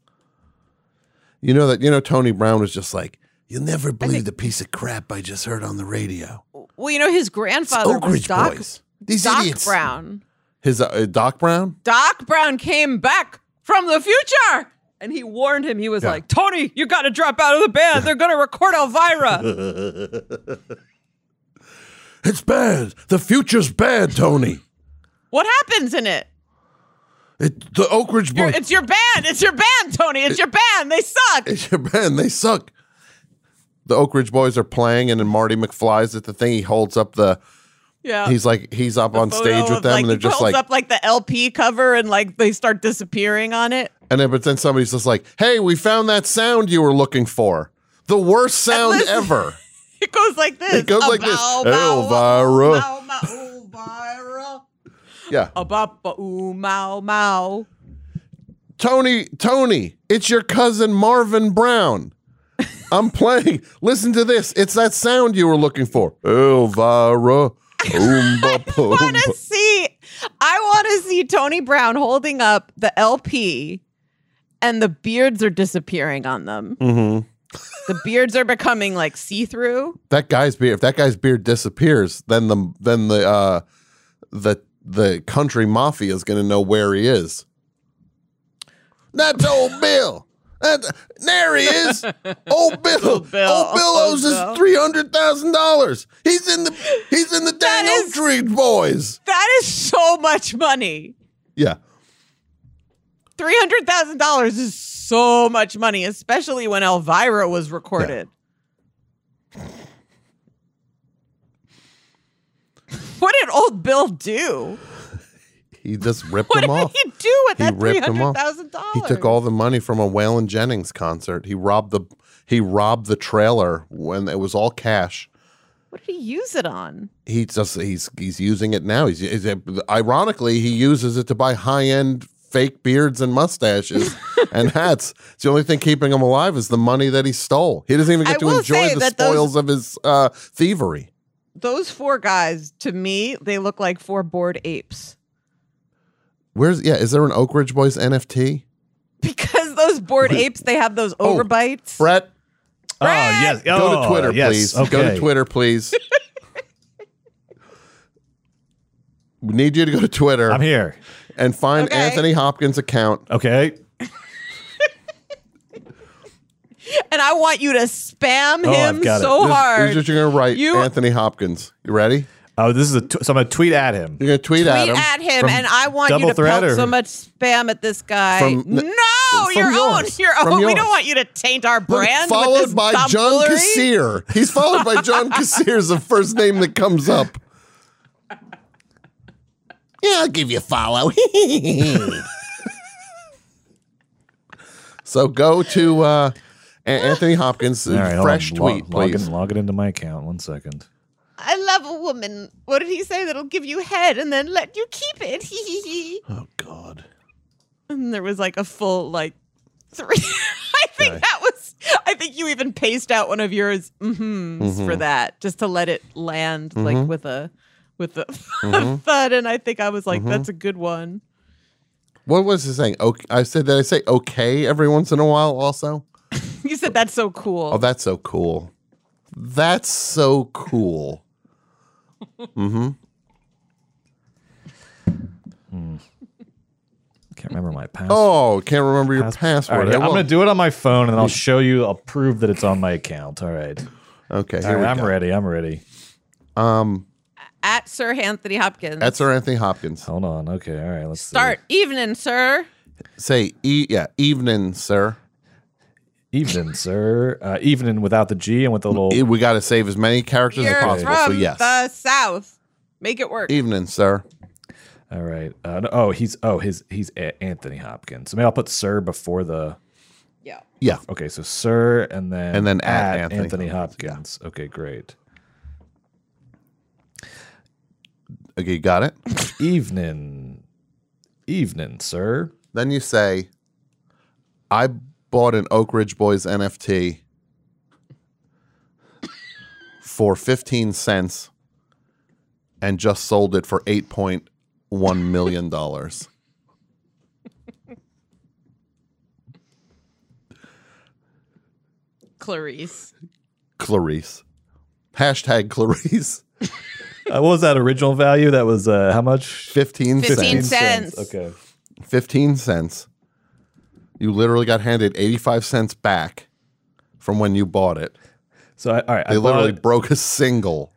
C: You know that you know Tony Brown was just like, You'll never believe the piece of crap I just heard on the radio.
D: Well, you know his grandfather
C: Oak
D: was
C: Ridge
D: Doc
C: Boys. These
D: Doc
C: idiots.
D: Brown.
C: His uh, uh, Doc Brown?
D: Doc Brown came back from the future, and he warned him. He was
C: Yeah.
D: like, "Tony, you got to drop out of the band. They're gonna record Elvira."
C: [LAUGHS] it's bad. The future's bad, Tony.
D: what happens in it?
C: It, the Oak Ridge
D: Your-
C: Boys.
D: it's your band. It's your band, Tony. It's your band. They
C: [LAUGHS]
D: suck.
C: It's your band. They suck. The Oak Ridge Boys are playing, and then Marty McFly's at the thing. He holds up the.
D: Yeah.
C: He's like he's up on
D: Uh, Photo
C: stage with
D: of,
C: them,
D: like,
C: and they're
D: he
C: just
D: holds
C: like,
D: up like the LP cover, and like they start disappearing on it. [LAUGHS]
C: and then but then somebody's just like, "Hey, we found that sound you were looking for. The worst sound
D: listen-
C: ever."
D: It goes like this.
C: It goes
D: A
C: like this.
D: bow, bow,
C: Elvira.
D: bow, bow, Elvira.
C: Yeah.
D: A bop, ba, ooh, mow, mow.
C: Tony, Tony, it's your cousin Marvin Brown. I'm playing. Listen to this. It's that sound you were looking for. Elvira. Oomba
D: want to
C: poomba.
D: see. I want to see Tony Brown holding up the LP, and the beards are disappearing on them.
C: Mhm.
D: The beards are becoming like see through.
C: That guy's beard. If that guy's beard disappears, then the then the uh, the the country mafia is gonna know where he is. That's
D: [LAUGHS]
C: old Bill. That, there he is. Old Bill. old Bill, owes
D: Bill.
C: us three hundred thousand dollars. He's in the he's in the Daniel
D: is-
C: Tree Boys.
D: That is so much money.
C: Yeah.
D: Three hundred thousand dollars is so much money, especially when Elvira was recorded. What did old Bill do?
C: He just ripped
D: What
C: him
D: did
C: off.
D: he do with
C: He
D: that three
C: ripped him
D: hundred
C: off.
D: thousand dollars?
C: He took all the money from a Waylon Jennings concert. He robbed the he robbed the trailer when it was all cash.
D: What did he use it on?
C: He just he's he's using it now. He's, he's ironically he uses it to buy high end fake beards and
D: [LAUGHS]
C: mustaches and hats. It's the only thing keeping him alive is the money that he stole. He doesn't even
D: I
C: get
D: will
C: to enjoy
D: say
C: the
D: that those-
C: spoils of his uh, thievery.
D: Those four guys, to me, they look like four bored apes [LAUGHS]
C: Where's yeah? Is there an Oak Ridge Boys NFT?
D: because those bored apes they have those overbites.
C: Brett,
F: Oh yes.
C: go to
F: Oh,
C: Twitter,
F: yes.
C: please.
F: Okay.
C: Go to Twitter, please. we need you to go to Twitter
F: I'm here.
C: and find
D: Okay.
C: Anthony Hopkins' account.
F: Okay.
D: and I want you to spam
F: Oh, I've
D: him
F: got it.
D: so
F: This-
D: hard.
C: Here's what you're gonna write,
D: You-
C: Anthony Hopkins. You ready?
F: Oh, this is a. Tw- so I'm gonna tweet at him.
C: You're gonna tweet, at
D: tweet
C: him.
D: at him,
F: From
D: and I want you
F: Double
D: to
F: Threat
D: pelt
F: or-
D: so much spam at this guy.
C: From-
D: no,
C: from
D: your
C: yours.
D: own, [LAUGHS] your
C: From
D: own. We don't
C: yours.
D: want you to taint our
C: Look,
D: brand. with this
C: followed by John
D: tomfoolery.
C: Kassir. He's followed by John Kassir's the first name that comes up. Yeah, I'll give you a follow. [LAUGHS] so go to uh, A- Anthony Hopkins'
F: All right, hold
C: fresh
F: on.
C: tweet,
F: log,
C: please.
F: Log, in, log it into my account. One second.
D: I love a woman. What did he say? That'll give you head and then let you keep it. [LAUGHS] Hee hee hee.
C: Oh God.
D: And there was like a full like three. [LAUGHS] I think that was. I think you even paced out one of yours mhm
C: Mm-hmm.
D: for that, just to let it land like with a with a [LAUGHS]
C: Mm-hmm.
D: thud. And I think I was like, "That's a good one." [LAUGHS]
C: What was his thing? Okay, I said that I say okay every once in a while. Also,
D: You said that's so cool.
C: oh, that's so cool. That's so cool.
F: Can't remember my password.
C: Oh, can't remember your
F: All
C: password.
F: right, here, I'm
C: Hello.
F: gonna do it on my phone, and I'll show you. I'll prove that it's on my account. All right.
C: okay,
F: All
C: here
F: right
C: we
F: I'm
C: go.
F: ready. I'm ready.
C: Um,
D: at Sir Anthony Hopkins.
C: that's our Anthony Hopkins.
F: Hold on. Okay. All right. Let's see.
D: Start evening, sir.
C: Say e- yeah, evening, sir.
F: Evening, sir. Uh, evening without the G and with the little.
C: E- We got to save as many characters
D: You're
C: as possible. So
D: from
C: yes, E-
D: the south. Make it work.
C: evening, sir.
F: All right. Uh, no- oh, he's oh his he's A- Anthony Hopkins. So maybe I'll put sir before the.
D: yeah.
C: Yeah,
F: Okay, so sir and then
C: And then at Anthony
F: Hopkins. Okay, great.
C: okay, you got it.
F: Evening, evening, sir.
C: Then you say, I bought an Oak Ridge Boys NFT for 15 cents and just sold it for $8.1 million. dollars.
B: Clarice.
C: Clarice. Hashtag Clarice. [LAUGHS]
F: Uh, what was that original value? That was uh, how much?
C: 15,
B: 15
C: cents.
B: cents. Okay.
C: 15 cents. You literally got handed 85 cents back from when you bought it.
F: So, I, all right.
C: They
F: I
C: literally
F: bought,
C: broke a single.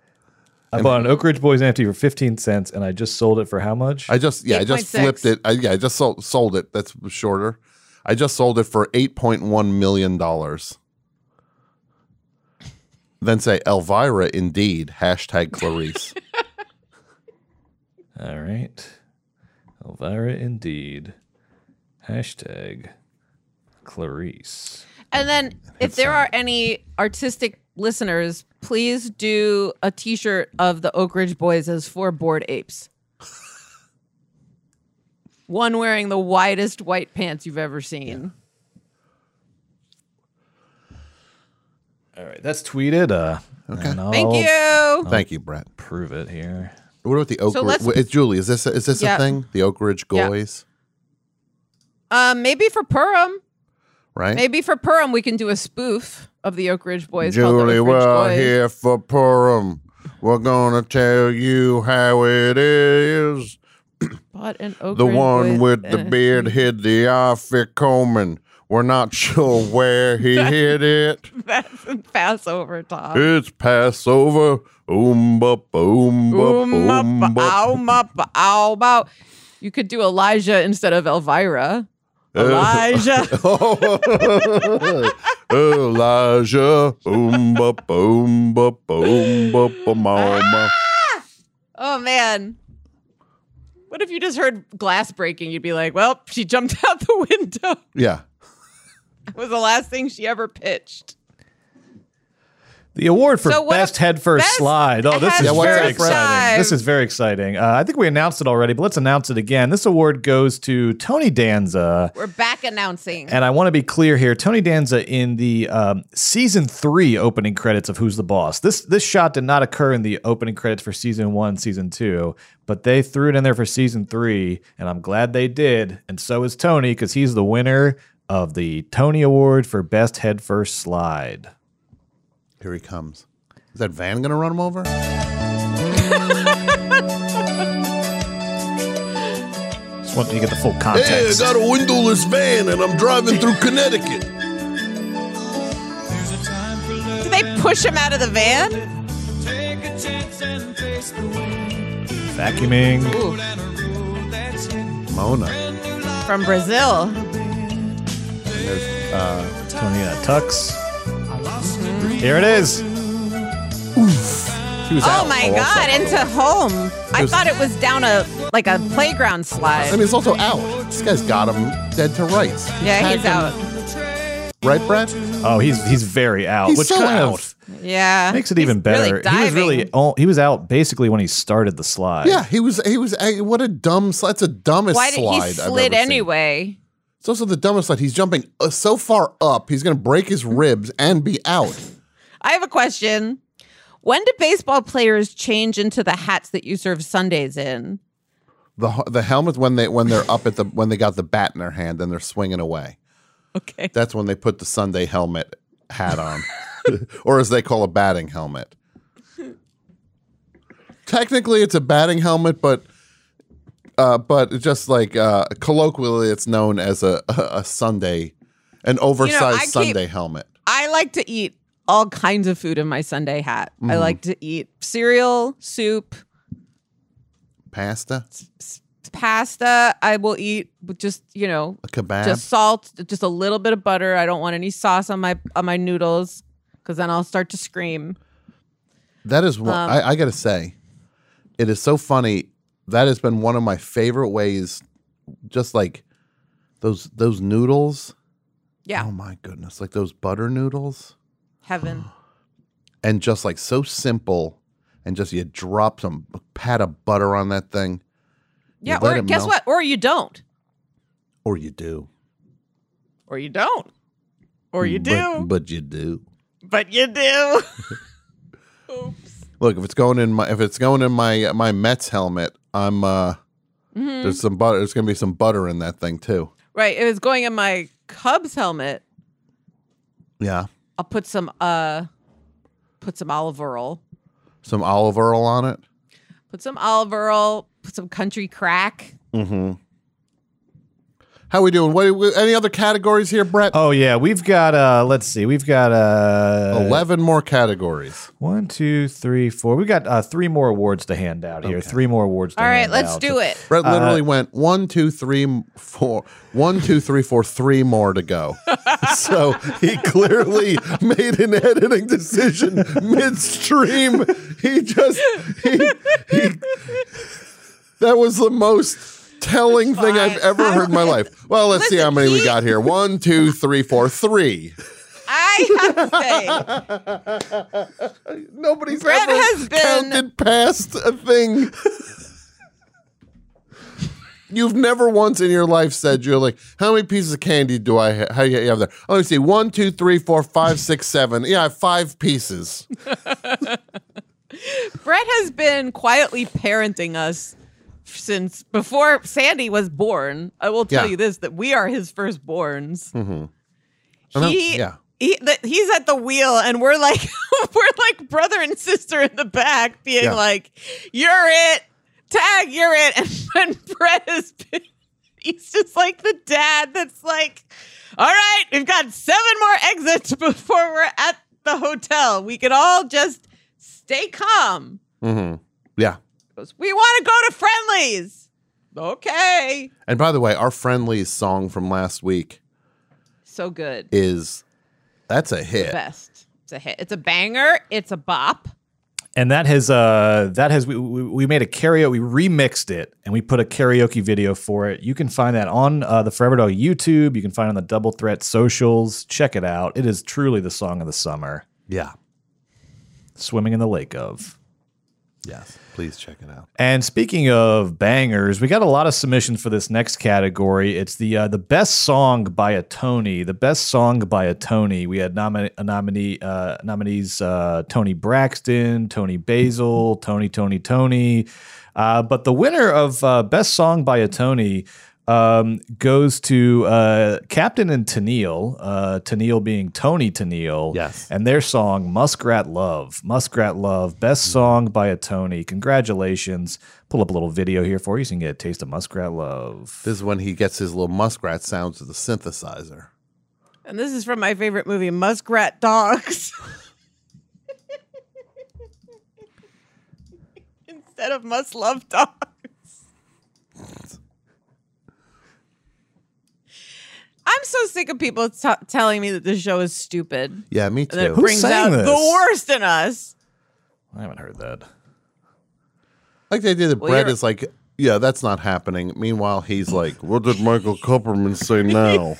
F: I bought an Oak Ridge Boys empty for 15 cents and I just sold it for how much?
C: I just, yeah, I just
B: 8.6.
C: flipped it. I, yeah, I just sold, sold it. That's shorter. I just sold it for $8.1 million. Then say, Elvira, indeed.
F: [LAUGHS]
C: Hashtag Clarice.
F: All right. Elvira indeed. Hashtag Clarice.
B: And then if there are any artistic listeners, please do a t shirt of the Oak Ridge Boys as four bored apes. One wearing the widest white pants you've ever seen.
F: All right. That's tweeted. Uh, okay.
B: Thank you.
C: Thank you, Brett.
F: Prove it here.
C: What about the Oak
B: So
C: Ridge?
B: let's-
C: Wait, Julie, is this, is this
B: Yeah.
C: a thing? The Oak Ridge
B: Yeah.
C: Goys,
B: Um, maybe for Purim.
C: right?
B: Maybe for Purim we can do a spoof of the Oak Ridge Boys. called the
C: Julie,
B: Oak Ridge
C: we're
B: Boys.
C: here for Purim. We're gonna tell you how it is.
B: Bought an Oak
C: The
B: Ridge
C: one
B: Oh, Boys
C: with the
B: and- [LAUGHS]
C: beard hid the Alfie Coleman. We're not [LAUGHS] sure where
B: [LAUGHS]
C: he hid it.
B: That's a Passover top.
C: It's Passover. Oomba, oomba,
B: Um,
C: um,
B: Oompa,
C: oomba.
B: oompa, oompa. You could do Elijah instead of Elvira.
C: Uh, [LAUGHS]
B: Elijah.
C: Elijah. Oomba, oomba, oomba,
B: [LAUGHS]
C: oomba.
B: oh man. What if you just heard glass breaking? You'd be like, well, she jumped [LAUGHS] out the window.
C: Yeah.
B: It was the last thing she ever pitched.
F: The award for
B: So what
F: best
B: if-
F: head first
B: best
F: slide. Oh, this
B: head
F: is
C: Yeah, what's
F: very
C: that, Brett?
F: exciting. This
B: dive.
F: is very exciting. Uh, I think we announced it already, but let's announce it again. This award goes to Tony Danza.
B: We're back announcing.
F: And I want to be clear here. Tony Danza in the um, season three opening credits of Who's the Boss. This this shot did not occur in the opening credits for season one, season two, but they threw it in there for season three, and I'm glad they did. And so is Tony because he's the winner of the Tony Award for Best Head First Slide.
C: Here he comes. Is that van gonna run him over?
F: Just want you to get the full context.
C: a windowless van and I'm driving through Connecticut.
B: Did they push him out of the van?
F: Vacuuming.
B: Ooh,
C: Mona.
B: from Brazil.
C: There's, uh,
F: Tony uh, Tux. Here it is.
C: she was
B: Oh
C: out
B: my
C: also.
B: god, into home. I thought it was down a like a playground
C: I
B: slide.
C: mean, it's also out. This guy's got him dead to rights.
B: Yeah, he's out.
C: Right, Brett?
F: Oh, he's he's very out,
C: He's
F: which
C: so
F: kind
C: out.
F: of
B: Yeah.
F: [LAUGHS] makes it
B: He's
F: even better.
B: Really
F: he was really
B: diving.
F: oh, he was out basically when he started the slide.
C: Yeah, he was. He was. eh, What a dumb. sli- That's the dumbest
B: Why did
C: slide.
B: he
C: I've
B: slid
C: ever seen.
B: anyway?
C: It's also the dumbest slide. He's jumping uh, so far up, he's going to break his ribs and be out.
B: I have a question. When do baseball players change into the hats that you serve Sundays in?
C: The h- the helmet when they when they're up at the when they got the bat in their hand and they're swinging away.
B: Okay.
C: That's when they put the Sunday helmet hat on, [LAUGHS] or as they call a batting helmet. Technically, it's a batting helmet, but uh, but it's just like uh, colloquially, it's known as a [LAUGHS] a, a Sunday, an oversized
B: I keep-
C: Sunday helmet.
B: I like to eat all kinds of food in my Sunday hat.
F: Mm-hmm.
B: I like to eat cereal, soup,
C: Pasta,
B: s- pasta. I will eat with just, you know,
C: a kebab.
B: just salt, just a little bit of butter. I don't want any sauce on my on my noodles cuz then I'll start to scream.
C: that is
B: um,
C: one. I, I gotta say, it is so funny. That has been one of my favorite ways. Just like those those noodles.
B: Yeah.
C: Oh my goodness! Like those butter noodles.
F: [GASPS]
B: Heaven.
C: and just like so simple and just you drop some pat of butter on that thing You
B: Yeah,
C: let
B: or
C: it
B: guess
C: melt.
B: what? Or you don't.
C: or you do
B: Or you don't. Or you
C: But-
B: do.
C: but, you do
B: but you do. [LAUGHS] Oops.
C: look if it's going in my if it's going in my my Mets helmet I'm uh
B: Mm-hmm.
C: there's some butter there's gonna be some butter in that thing too
B: Right. It was going in my Cubs helmet.
C: yeah
B: I'll put some uh put some olive oil.
C: Some olive oil on it.
B: Put some olive oil, put some country crack.
C: Mm-hmm. How we doing? What, what- any other categories here, Brett?
F: Oh yeah, we've got uh let's see, we've got uh
C: eleven more categories.
F: One, two, three, four. We've got uh three more awards to hand out here. Three more awards to
B: All right,
F: hand
B: let's
F: out.
B: do it.
C: Brett literally
F: Uh,
C: went one, two, three, m- four, one, two, three, four, three more to go. so he clearly made an editing decision midstream. He just he, he that was the most telling thing I've ever heard in my life. Well, let's see how many we got here. One, two, three, four, three.
B: [LAUGHS] I have to
C: say, nobody's
B: Brett
C: ever
B: has been
C: counted past a thing. You've never once in your life said you're like, how many pieces of candy do I have? How do you have there? Oh, let me see. One, two, three, four, five, six, seven. Yeah, I have five pieces.
B: Brett has been quietly parenting us since before Sandy was born. I will tell
C: Yeah.
B: you this that we are his firstborns.
C: Mm-hmm.
B: He,
C: yeah.
B: he that he's at the wheel and we're like [LAUGHS] we're like brother and sister in the back being
C: Yeah.
B: like you're it tag you're it [LAUGHS] and, and Brett has been [LAUGHS] he's just like the dad that's like all right we've got seven more exits [LAUGHS] before we're at the hotel we could all just stay calm
C: Mm-hmm. Yeah.
B: goes we want to go to friendlies okay
C: And by the way, our friendlies song from last week
B: so good
C: is that's a
B: the
C: hit.
B: best it's a hit it's a banger it's a bop
F: And that has uh that has we, we we made a karaoke we remixed it and we put a karaoke video for it. You can find that on uh, the Forever Dog YouTube. You can find it on the Double Threat socials. Check it out. It is truly the song of the summer.
C: Yeah.
F: Swimming in the lake of.
C: Yes. Please check it out.
F: And speaking of bangers, we got a lot of submissions for this next category. It's the uh, the best song by a Tony. The best song by a Tony. We had nomi- a nominee uh, nominees uh, Tony Braxton, Tony Basil, Tony Tony Tony. Uh, but the winner of uh, best song by a Tony um, goes to uh, Captain and Tennille, uh, Tennille being Tony Tennille. Yes. And their song, Muskrat Love. Muskrat Love, best song by a Tony. Congratulations. Pull up a little video here for you so you can get a taste of Muskrat Love.
C: This is when he gets his little muskrat sounds of the synthesizer.
B: And this is from my favorite movie, Muskrat Dogs. [LAUGHS] Instead of Must Love Dogs. I'm so sick of people t- telling me that this show is stupid.
C: Yeah, me
B: And that
C: too.
B: it brings out the worst in us.
F: I haven't heard that.
C: Like the idea that
B: Well,
C: Brett
B: you're-
C: is like, yeah, that's not happening. Meanwhile, he's
B: [LAUGHS]
C: like, what did Michael Kupperman say now?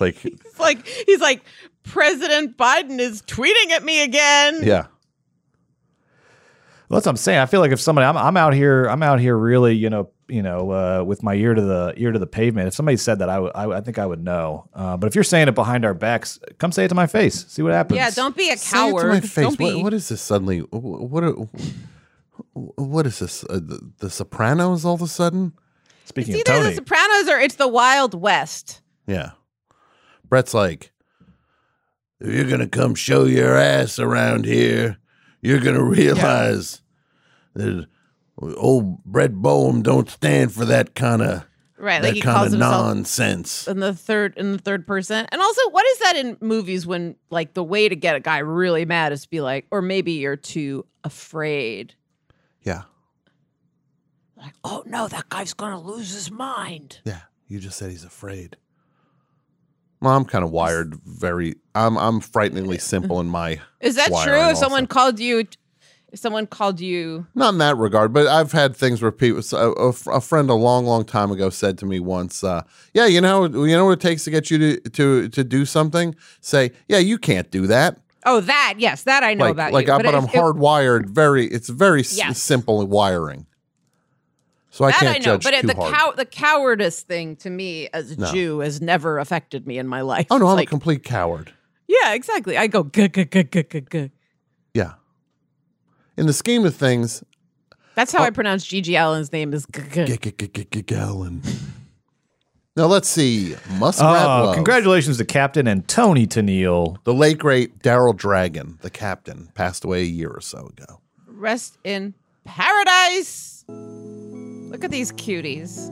C: like,
B: It's like he's like, President Biden is tweeting at me again.
C: yeah.
F: Well, that's what I'm saying. I feel like if somebody, I'm, I'm out here, I'm out here really, you know, you know, uh, with my ear to the ear to the pavement. If somebody said that, I would, I, would- I think I would know. Uh, but if you're saying it behind our backs, come say it to my face. See what happens.
B: Yeah, don't be a
C: Say it
B: coward.
C: to my face.
B: Don't
C: What-
B: be.
C: what is this suddenly? wh- What are, what is this? Uh, the, the Sopranos all of a sudden?
F: Speaking
B: it's either The Sopranos or it's the Wild West.
C: Yeah. Brett's like, if you're going to come show your ass around here, you're going to realize that old Brett Boehm don't stand for that kind of
B: Right, like
C: that
B: he
C: kind
B: calls
C: of
B: himself
C: nonsense.
B: in the third in the third person. And also, what is that in movies when like the way to get a guy really mad is to be like, or maybe you're too afraid.
C: Yeah.
B: Like, oh no, that guy's gonna lose his mind.
C: Yeah, you just said he's afraid. Well, I'm kind of wired very. I'm I'm frighteningly simple in my.
B: [LAUGHS] Is that
C: wiring
B: true? If
C: also.
B: someone called you, if someone called you,
C: Not in that regard, but I've had things where people. so A, a fr- a friend a long, long time ago said to me once, uh, "Yeah, you know, you know what it takes to get you to to to do something. Say, yeah, you can't do that.
B: oh that yes, that I know
C: like,
B: about
C: like,
B: you.
C: I, but
B: if-
C: I'm
B: if-
C: hardwired. Very, it's very s-
B: Yes.
C: simple wiring. So I
B: that
C: can't
B: I know,
C: judge
B: but
C: too
B: the
C: hard.
B: cow the cowardice thing to me as a
C: No.
B: Jew has never affected me in my [LAUGHS] life.
C: oh no,
B: It's
C: I'm a
B: like,
C: complete coward.
B: yeah, exactly. I go good, good, good, good, good, good.
C: Yeah. In the scheme of things, Oh.
B: That's how I pronounce Gigi Allen's name is. G- g-
C: G- G- G- G- Gallon. Now let's see. Muskrat
F: Oh,
C: Love.
F: congratulations to Captain and Tony Tennille.
C: The late great Daryl Dragon, the captain, passed away a year or so ago.
B: Rest in paradise. Look at these cuties.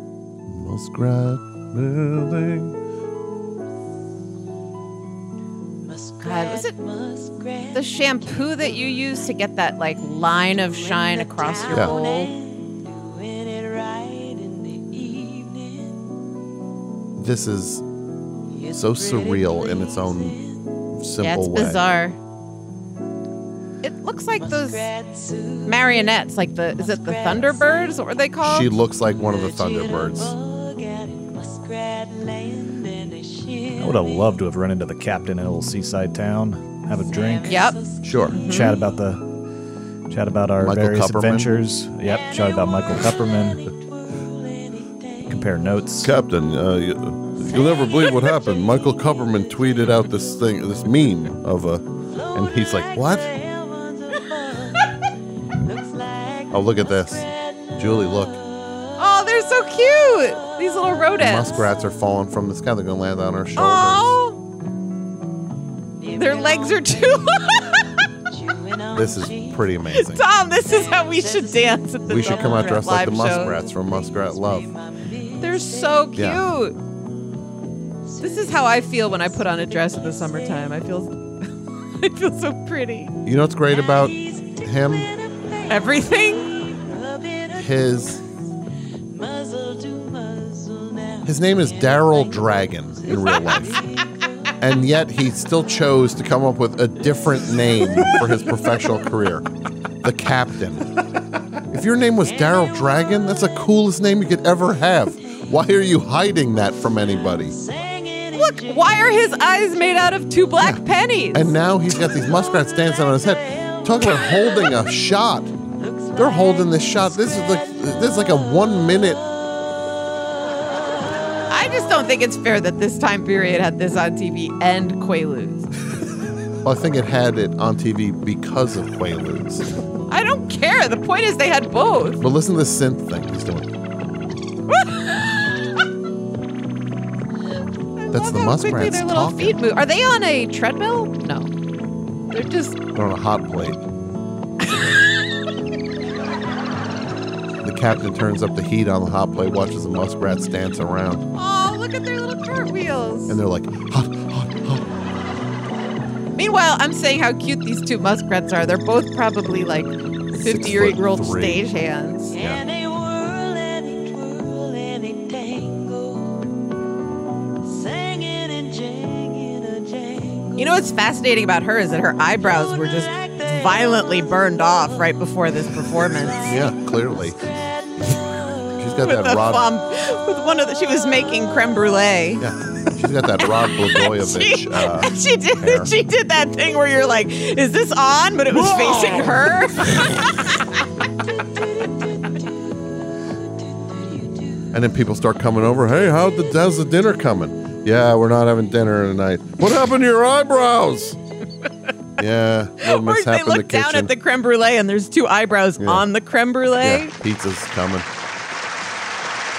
C: Muskrat building.
B: God, was it the shampoo that you use to get that like line of shine across your
C: Yeah.
B: bowl?
C: This is so surreal in its own simple
B: yeah, it's
C: way.
B: bizarre. It looks like those marionettes, like the is it the Thunderbirds? What were they called?
C: She looks like one of the Thunderbirds.
F: I would have loved to have run into the captain in a little seaside town, have a drink.
B: Yep.
C: Sure.
F: Chat about the chat about our
C: Michael
F: various
C: Kupperman.
F: adventures. Yep. Chat about Michael Kupperman. Compare notes.
O: Captain, uh, you, will never believe what happened. Michael Kupperman tweeted out this thing, this meme of
C: uh,
O: a, and he's like,
C: What? oh, look at this. Julie, look.
B: Oh, they're so cute. These little rodents.
C: Muskrats are falling from the sky. They're going to land on her shoulders.
B: Oh. Their legs
C: [LAUGHS]
B: are too [LAUGHS] long.
C: This is pretty amazing.
B: Tom, this is how we should dance at the
C: We should come out
B: Doublemint
C: dressed like the
B: live show.
C: muskrats from Muskrat Love.
B: They're so cute.
C: Yeah.
B: This is how I feel when I put on a dress in the summertime. I feel [LAUGHS] I feel so pretty.
C: You know what's great about him?
B: Everything?
C: His his name is Daryl Dragon in real life, and yet he still chose to come up with a different name for his professional career, the Captain. If your name was Daryl Dragon, that's the coolest name you could ever have. Why are you hiding that from anybody?
B: Look, why are his eyes made out of two black pennies?
C: And now he's got these muskrats dancing on his head. Talk about holding a shot. They're holding this shot. This is like this is like a one minute.
B: I just don't think it's fair that this time period had this on TV and Quaaludes.
C: Well, I think it had it on TV because of Quaaludes.
B: I don't care. The point is they had both.
C: But listen to the synth thing he's doing. That's the
B: How quickly
C: muskrats
B: their little
C: talking.
B: feet move. Are they on a treadmill? No. They're just
C: They're on a hot plate. the captain turns up the heat on the hot plate, watches the muskrats dance around,
B: Oh, look at their little cartwheels.
C: and they're like, hot,
B: Meanwhile, I'm saying how cute these two muskrats are. They're both probably like 50 year old
C: three.
B: stagehands. You know what's fascinating about her is that her eyebrows were just violently burned off right before this performance.
C: yeah, clearly. She's got
B: [LAUGHS] With,
C: that
B: a
C: rod.
B: fom- with one of the, she was making creme brulee.
C: Yeah, she's got that Rod Blagojevich.
B: She,
C: Uh,
B: [LAUGHS] she did
C: hair.
B: she did that thing where you're like, is this on? But it was facing
C: [LAUGHS]
B: her.
C: and then people start coming over. Hey, how'd the, how's the dinner coming? Yeah, we're not having dinner tonight. What happened to your eyebrows? [LAUGHS] yeah, little
B: Or
C: mishap
B: they
C: in the
B: look
C: kitchen.
B: down at the creme brulee and there's two eyebrows
C: Yeah.
B: on the creme brulee.
C: yeah, pizza's coming.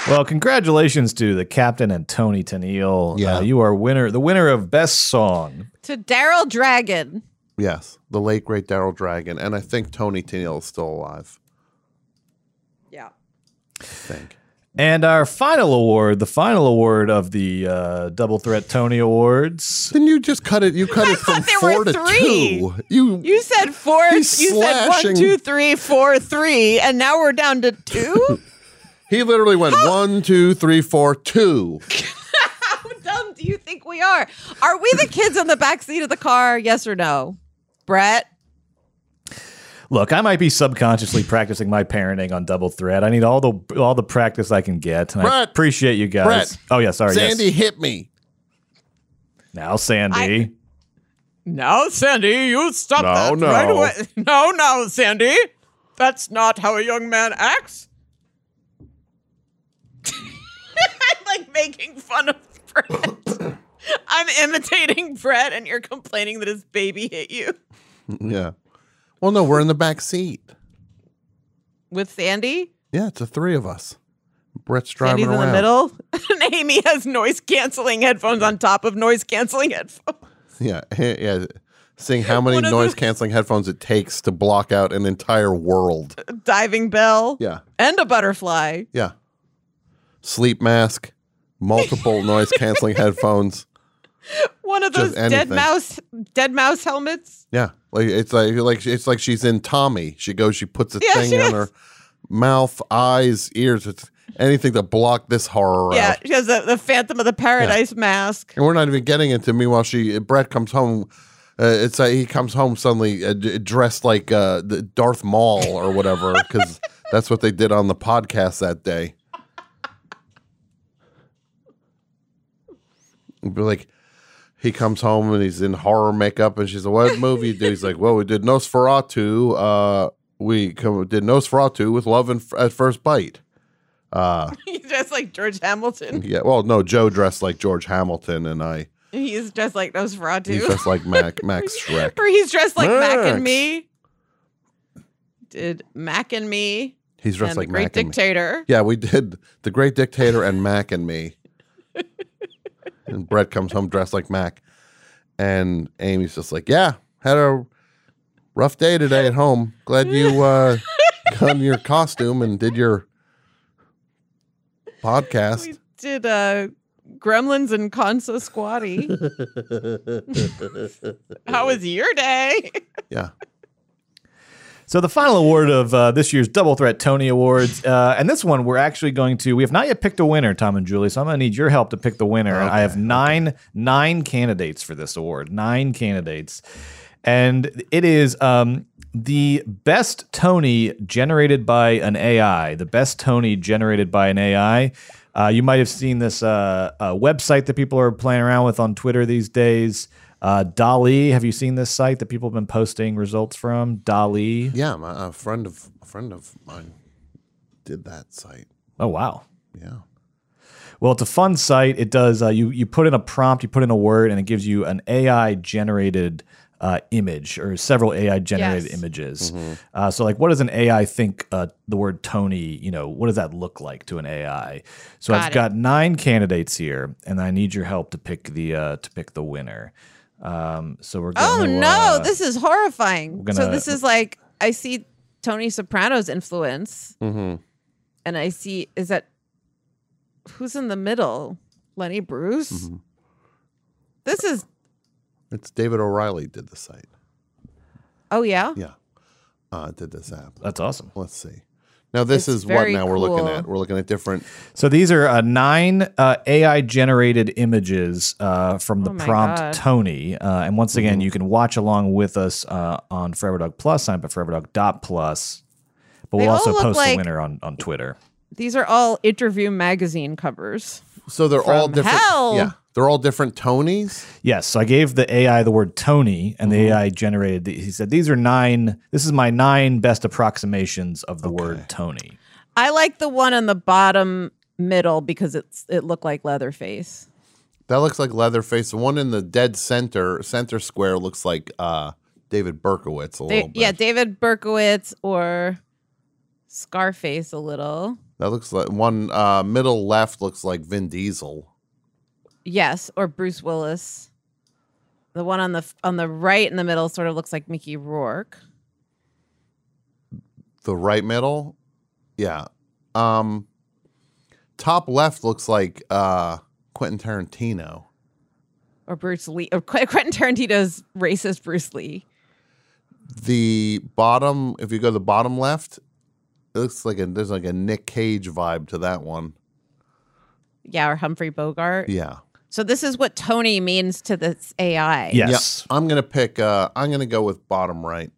F: Well, congratulations to the captain and Tony Tennille.
C: Yeah.
F: Uh, you are winner, the winner of best song.
B: To Daryl Dragon.
C: Yes, the late great Daryl Dragon, and I think Tony Tennille is still alive.
B: Yeah.
C: I think.
F: And our final award, the final award of the uh, Double Threat Tony Awards.
C: Didn't you just cut it? You cut it from
B: there
C: four
B: were
C: to
B: three.
C: two. You,
B: You said four.
C: He's
B: you said one,
C: slashing.
B: two, three, four, three, and now we're down to two.
C: he literally went one, two, three, four,
B: [LAUGHS]
C: two.
B: How dumb do you think we are? Are we the kids in the back seat of the car? Yes or no, Brett?
F: Look, I might be subconsciously practicing my parenting on Double Threat. I need all the all the practice I can get. And I
C: Brett!
F: appreciate you guys.
C: Brett!
F: oh yeah, sorry. yes.
C: Sandy hit me.
F: Now Sandy.
B: No, Sandy, you stop
O: No, that no. right away.
B: [LAUGHS] No, no, Sandy, that's not how a young man acts. [LAUGHS] I'm like making fun of Brett. I'm imitating Brett, and you're complaining that his baby hit you
C: Yeah. Well, no, we're in the back seat.
B: with Sandy.
C: Yeah, it's the three of us. Brett's driving
B: Sandy's in
C: around.
B: the middle, [LAUGHS] and Amy has noise canceling headphones on top of noise canceling headphones. [LAUGHS]
C: Yeah, [LAUGHS] yeah. Seeing how many
B: One of the-
C: noise canceling headphones it takes to block out an entire
B: [LAUGHS]
C: world.
B: Diving bell.
C: Yeah.
B: And a butterfly.
C: Yeah. Sleep mask,
B: [LAUGHS]
C: multiple noise canceling headphones.
B: One of those
C: Just
B: dead
C: anything.
B: mouse dead mouse helmets.
C: Yeah, like it's like like it's like she's in Tommy. She goes, she puts a
B: Yeah,
C: thing
B: she
C: on her
B: does.
C: mouth, eyes, ears, it's anything to block this horror
B: Yeah,
C: out.
B: she has the, the Phantom of the Paradise mask. [LAUGHS]
C: And we're not even getting into. Meanwhile, she Brett comes home. Uh, it's uh, he comes home suddenly uh, d- dressed like uh, the Darth Maul or whatever, because that's what they did on the podcast that day. But like, he comes home and he's in horror makeup, and she's like, "What movie you do?" He's like, "Well, we did Nosferatu. Uh, we co- did Nosferatu with Love and at First Bite." Uh,
B: He's dressed like George
C: [LAUGHS]
B: Hamilton.
C: yeah. Well, no, Joe dressed like George Hamilton, and I.
B: He's dressed like Nosferatu.
C: He's just like Mac Max Shrek.
B: [LAUGHS] or he's dressed like Mac and
C: Max.
B: me. Did Mac and me.
C: He's dressed
B: and
C: like
B: the Great
C: Mac and me.
B: Dictator.
C: Yeah, we did The Great Dictator and Mac and
B: [LAUGHS]
C: me. and Brett comes home dressed like Mac. And Amy's just like, Yeah, had a rough day today at home. Glad you
B: [LAUGHS]
C: uh got in your costume and did your podcast.
B: Did uh Gremlins and Consa [LAUGHS] Squatty. How was your day?
C: [LAUGHS] Yeah.
F: So the final award of uh, this year's Double Threat Tony Awards, uh, and this one we're actually going to. We have not yet picked a winner, Tom and Julie. So I'm going to need your help to pick the winner. and I have nine nine candidates for this award. Nine candidates, and it is um, the best Tony generated by an AI. The best Tony generated by an AI. Uh, you might have seen this uh, uh, website that people are playing around with on Twitter these days. Uh, Dolly, have you seen this site that people have been posting results from? Dolly.
C: Yeah, my a friend of a friend of mine did that site.
F: Oh wow.
C: Yeah.
F: Well, it's a fun site. It does uh, you you put in a prompt, you put in a word, and it gives you an AI generated uh, image or several AI generated
B: Yes.
F: images. Uh, so, like, what does an AI think uh, the word Tony? You know, what does that look like to an AI? So,
B: Got
F: I've
B: it.
F: got nine candidates here, and I need your help to pick the uh, to pick the winner. Um, so we're going.
B: Oh
F: to,
B: no,
F: uh,
B: this is horrifying.
F: we're
B: so
F: gonna-
B: this is like I see Tony Soprano's influence,
F: Mm-hmm.
B: and I see is that who's in the middle? Lenny Bruce.
F: Mm-hmm.
B: This is
C: It's David O'Reilly did the site.
B: oh yeah.
C: Yeah. Uh did this app.
F: that's awesome.
C: Let's see. Now this
B: It's
C: is what
B: very
C: now we're looking
B: cool.
C: at. We're looking at different
F: So these are uh, nine uh, AI generated images uh, from the
B: Oh my
F: prompt
B: God.
F: Tony. Uh, and once again, you can watch along with us uh, on Forever Dog Plus, sign up at foreverdog.plus. But
B: They
F: we'll
B: all
F: also
B: look
F: post the
B: like-
F: winner on, on Twitter.
B: These are all interview magazine covers.
C: So they're all
B: From
C: different.
B: hell.
C: Yeah, they're all different Tonys.
F: Yes, so I gave the AI the word Tony, and the AI generated. The, he said, "These are nine. This is my nine best approximations of the word Tony."
B: I like the one on the bottom middle because it's it looked like Leatherface.
C: That looks like Leatherface. The one in the dead center center square looks like uh, David Berkowitz a
B: They-
C: little bit.
B: yeah, David Berkowitz or Scarface a little.
C: that looks like one uh, middle left looks like Vin Diesel.
B: Yes, or Bruce Willis. The one on the f- on the right in the middle sort of looks like Mickey Rourke.
C: The right middle, yeah. Um, top left looks like uh, Quentin Tarantino.
B: Or Bruce Lee, or Qu- Quentin Tarantino's racist Bruce Lee.
C: The bottom, if you go to the bottom left, it looks like a, there's like a Nick Cage vibe to that one.
B: Yeah, or Humphrey Bogart.
C: Yeah.
B: So this is what Tony means to this AI.
F: Yes.
C: Yeah, I'm gonna pick. Uh, I'm gonna go with bottom right.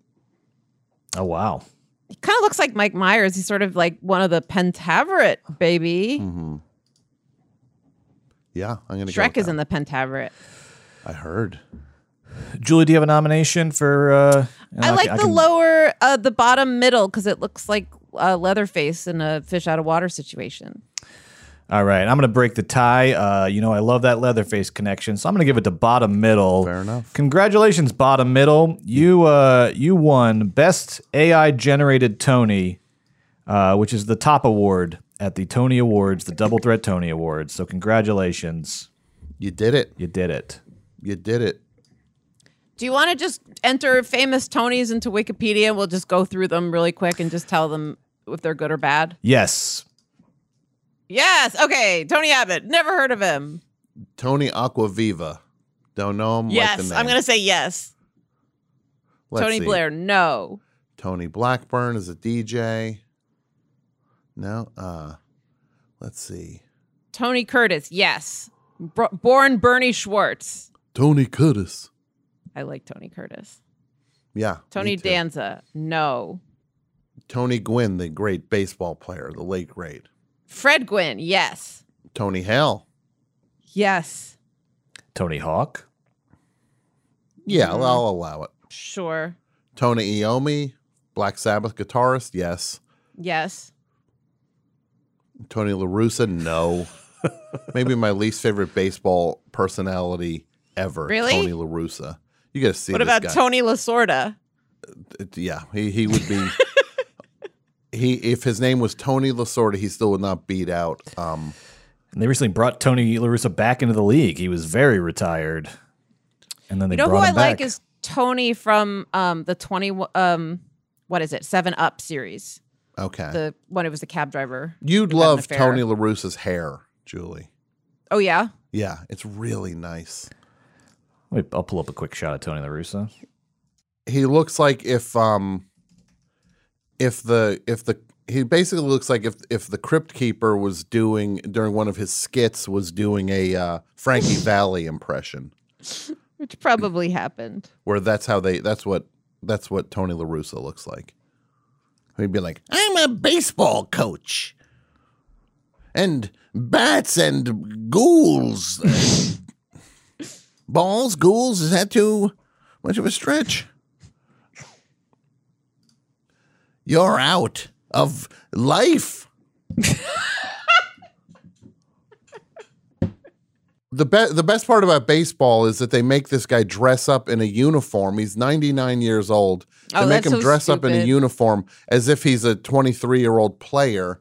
F: Oh wow.
B: He kind of looks like Mike Myers. He's sort of like one of the Pentaveret baby.
C: Mm-hmm. Yeah, I'm gonna.
B: Shrek
C: go
B: is in the Pentaveret.
C: I heard.
F: Julie, do you have a nomination for? Uh, and
B: I
F: can-
B: like the
F: can-
B: lower, uh, the bottom middle because it looks like uh, Leatherface in a fish out of water situation.
F: All right, I'm going to break the tie. Uh, you know, I love that Leatherface connection, so I'm going to give it to Bottom Middle.
C: Fair enough.
F: Congratulations, Bottom Middle. You uh, you won Best AI Generated Tony, uh, which is the top award at the Tony Awards, the Double Threat Tony Awards. So congratulations.
C: You did it.
F: You did it.
C: You did it.
B: Do you want to just enter famous Tonys into Wikipedia? We'll just go through them really quick and just tell them if they're good or bad.
F: Yes.
B: Yes. Okay. Tony Abbott. Never heard of him.
C: Tony Aquaviva. Don't know him. like the
B: yes.
C: name.
B: I'm going to say yes.
C: Let's
B: Tony
C: see.
B: Blair. No.
C: Tony Blackburn is a DJ. No. Uh, let's see.
B: Tony Curtis. Yes. Bro- born Bernie Schwartz.
C: Tony Curtis.
B: I like Tony Curtis.
C: Yeah.
B: Tony
C: me too.
B: Danza. No.
C: Tony Gwynn, the great baseball player, the late great.
B: Fred Gwynn. Yes.
C: Tony Hale.
B: Yes.
F: Tony Hawk.
C: Yeah,
B: Mhm.
C: I'll allow it.
B: Sure.
C: Tony Iommi, Black Sabbath guitarist. Yes.
B: Yes.
C: Tony LaRussa,
B: [LAUGHS]
C: no. Maybe my least favorite baseball personality ever.
B: Really?
C: Tony LaRussa. You got to see
B: what
C: this
B: about
C: guy.
B: Tony Lasorda?
C: It- Yeah, he, he would
B: [LAUGHS]
C: be. he If his name was Tony Lasorda, he still would not beat out. Um,
F: And they recently brought Tony LaRussa back into the league. He was very retired. And then they
B: You know who
F: brought
B: I
F: him back.
B: like is Tony from um, the 20 um what is it? 7 Up series.
C: okay.
B: The one who was the cab driver.
C: You'd
B: who had an
C: love
B: affair.
C: Tony LaRussa's hair, Julie.
B: Oh yeah.
C: Yeah, it's really nice.
F: Let me, I'll pull up a quick shot of Tony LaRussa.
C: He looks like if um if the if the he basically looks like if if the crypt keeper was doing during one of his skits was doing a uh, Frankie Valley impression [CLEARS THROAT]
B: Which probably happened.
C: where that's how they that's what that's what Tony LaRussa looks like. He'd be like, "I'm a baseball coach." And bats and ghouls. Balls, ghouls, is that too much of a stretch? You're out of life. the be- the best part about baseball is that they make this guy dress up in a uniform. He's 99 years old. They
B: Oh,
C: make
B: that's
C: him
B: so
C: dress up in a
B: stupid.
C: uniform as if he's a 23 year old player.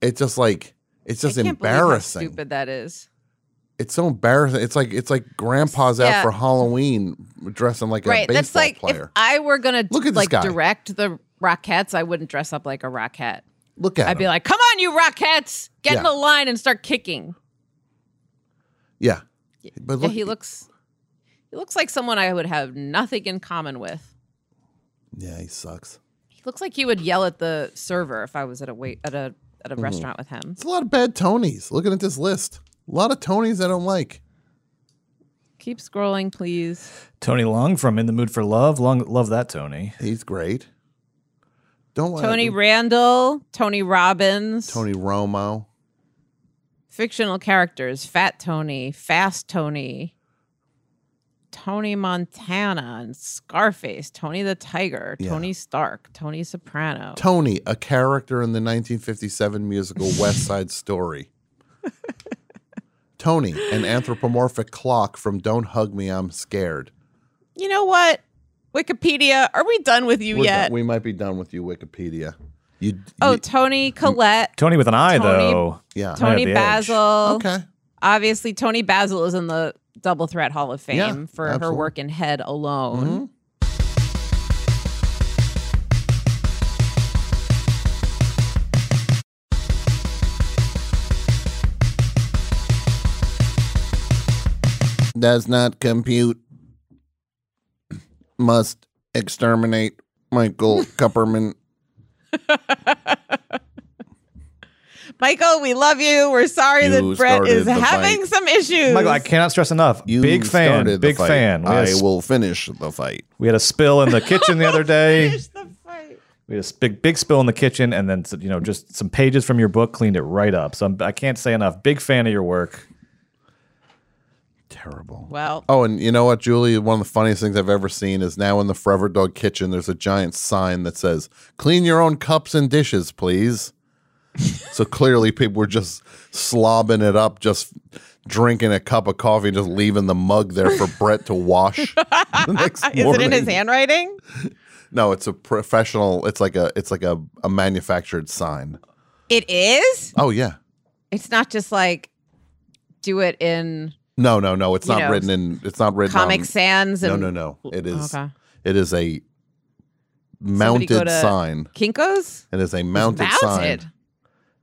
C: It's just like it's just
B: I can't believe how
C: embarrassing
B: stupid that is.
C: it's so embarrassing. It's like it's like grandpa's out
B: Yeah.
C: for Halloween dressing like a
B: right.
C: baseball
B: That's like if
C: player.
B: I were going
C: Look at
B: to
C: this
B: like
C: guy.
B: direct the Rockettes, I wouldn't dress up like a Rockette.
C: Look at
B: I'd
C: him.
B: be like, "Come on, you Rockettes, get in
C: Yeah.
B: the line and start kicking."
C: yeah, but
B: yeah,
C: look,
B: he looks He looks like someone I would have nothing in common with.
C: yeah, he sucks.
B: He looks like he would yell at the server if I was at a wait at a at a
C: Mm-hmm.
B: restaurant with him.
C: It's a lot of bad Tonys. Looking at this list, a lot of Tonys I don't like.
B: Keep scrolling, please.
F: Tony Long from In the Mood for Love. Long love that Tony.
C: He's great. Don't wanna-
B: Tony Randall, Tony Robbins,
C: Tony Romo,
B: fictional characters, Fat Tony, Fast Tony, Tony Montana and Scarface, Tony the Tiger,
C: Yeah.
B: Tony Stark, Tony Soprano.
C: Tony, a character in the 1957
B: [LAUGHS]
C: musical West Side Story. Tony, an anthropomorphic clock from Don't Hug Me, I'm Scared.
B: you know what? Wikipedia, are we done with you
C: We're
B: yet?
C: done- we might be done with you, Wikipedia. You,
B: oh,
C: you-
B: Tony Collette,
F: Tony with an eye
B: Tony-
F: though.
C: yeah.
F: Might have
B: Tony
F: the edge.
B: Basil.
C: Okay.
B: obviously Tony Basil is in the Double Threat Hall of Fame
C: Yeah,
B: for her
C: absolutely. Mm-hmm.
B: work in Head alone.
C: Does not compute. Must exterminate Michael
B: [LAUGHS]
C: Kupperman.
B: Michael, we love you. We're sorry
C: You
B: that Brett
C: started
B: is
C: the
B: having
C: fight.
B: some issues.
F: Michael, I cannot stress enough.
C: You
F: big fan.
C: started the
F: Big
C: fight.
F: fan. We had, a
C: I
F: s-
C: will finish the fight.
F: we had a spill in the kitchen the other
C: [LAUGHS]
F: day.
B: Finish the fight.
F: We had a s- big big spill in the kitchen, and then s- you know just some pages from your book cleaned it right up. So I'm, I can't say enough. Big fan of your work.
C: Terrible.
B: Well,
C: Oh, and you know what, Julie? One of the funniest things I've ever seen is now in the Forever Dog kitchen, there's a giant sign that says, clean your own cups and dishes, please. [LAUGHS] so clearly, people were just slobbing it up, just drinking a cup of coffee, just leaving the mug there for Brett to wash. [LAUGHS]
B: [LAUGHS]
C: the next
B: uh, is it in his
C: morning.
B: handwriting?
C: No, it's a professional. It's like a it's like a, a manufactured sign.
B: It is?
C: Oh yeah.
B: It's not just like do it in
C: No, no, no. It's
B: You
C: not
B: know,
C: written in. It's not written.
B: Comic
C: on-
B: Sans and
C: no, no, no. It is.
B: Okay.
C: It is a
B: Somebody go
C: mounted
B: to
C: sign.
B: Kinko's?
C: It is a mounted,
B: mounted?
C: sign.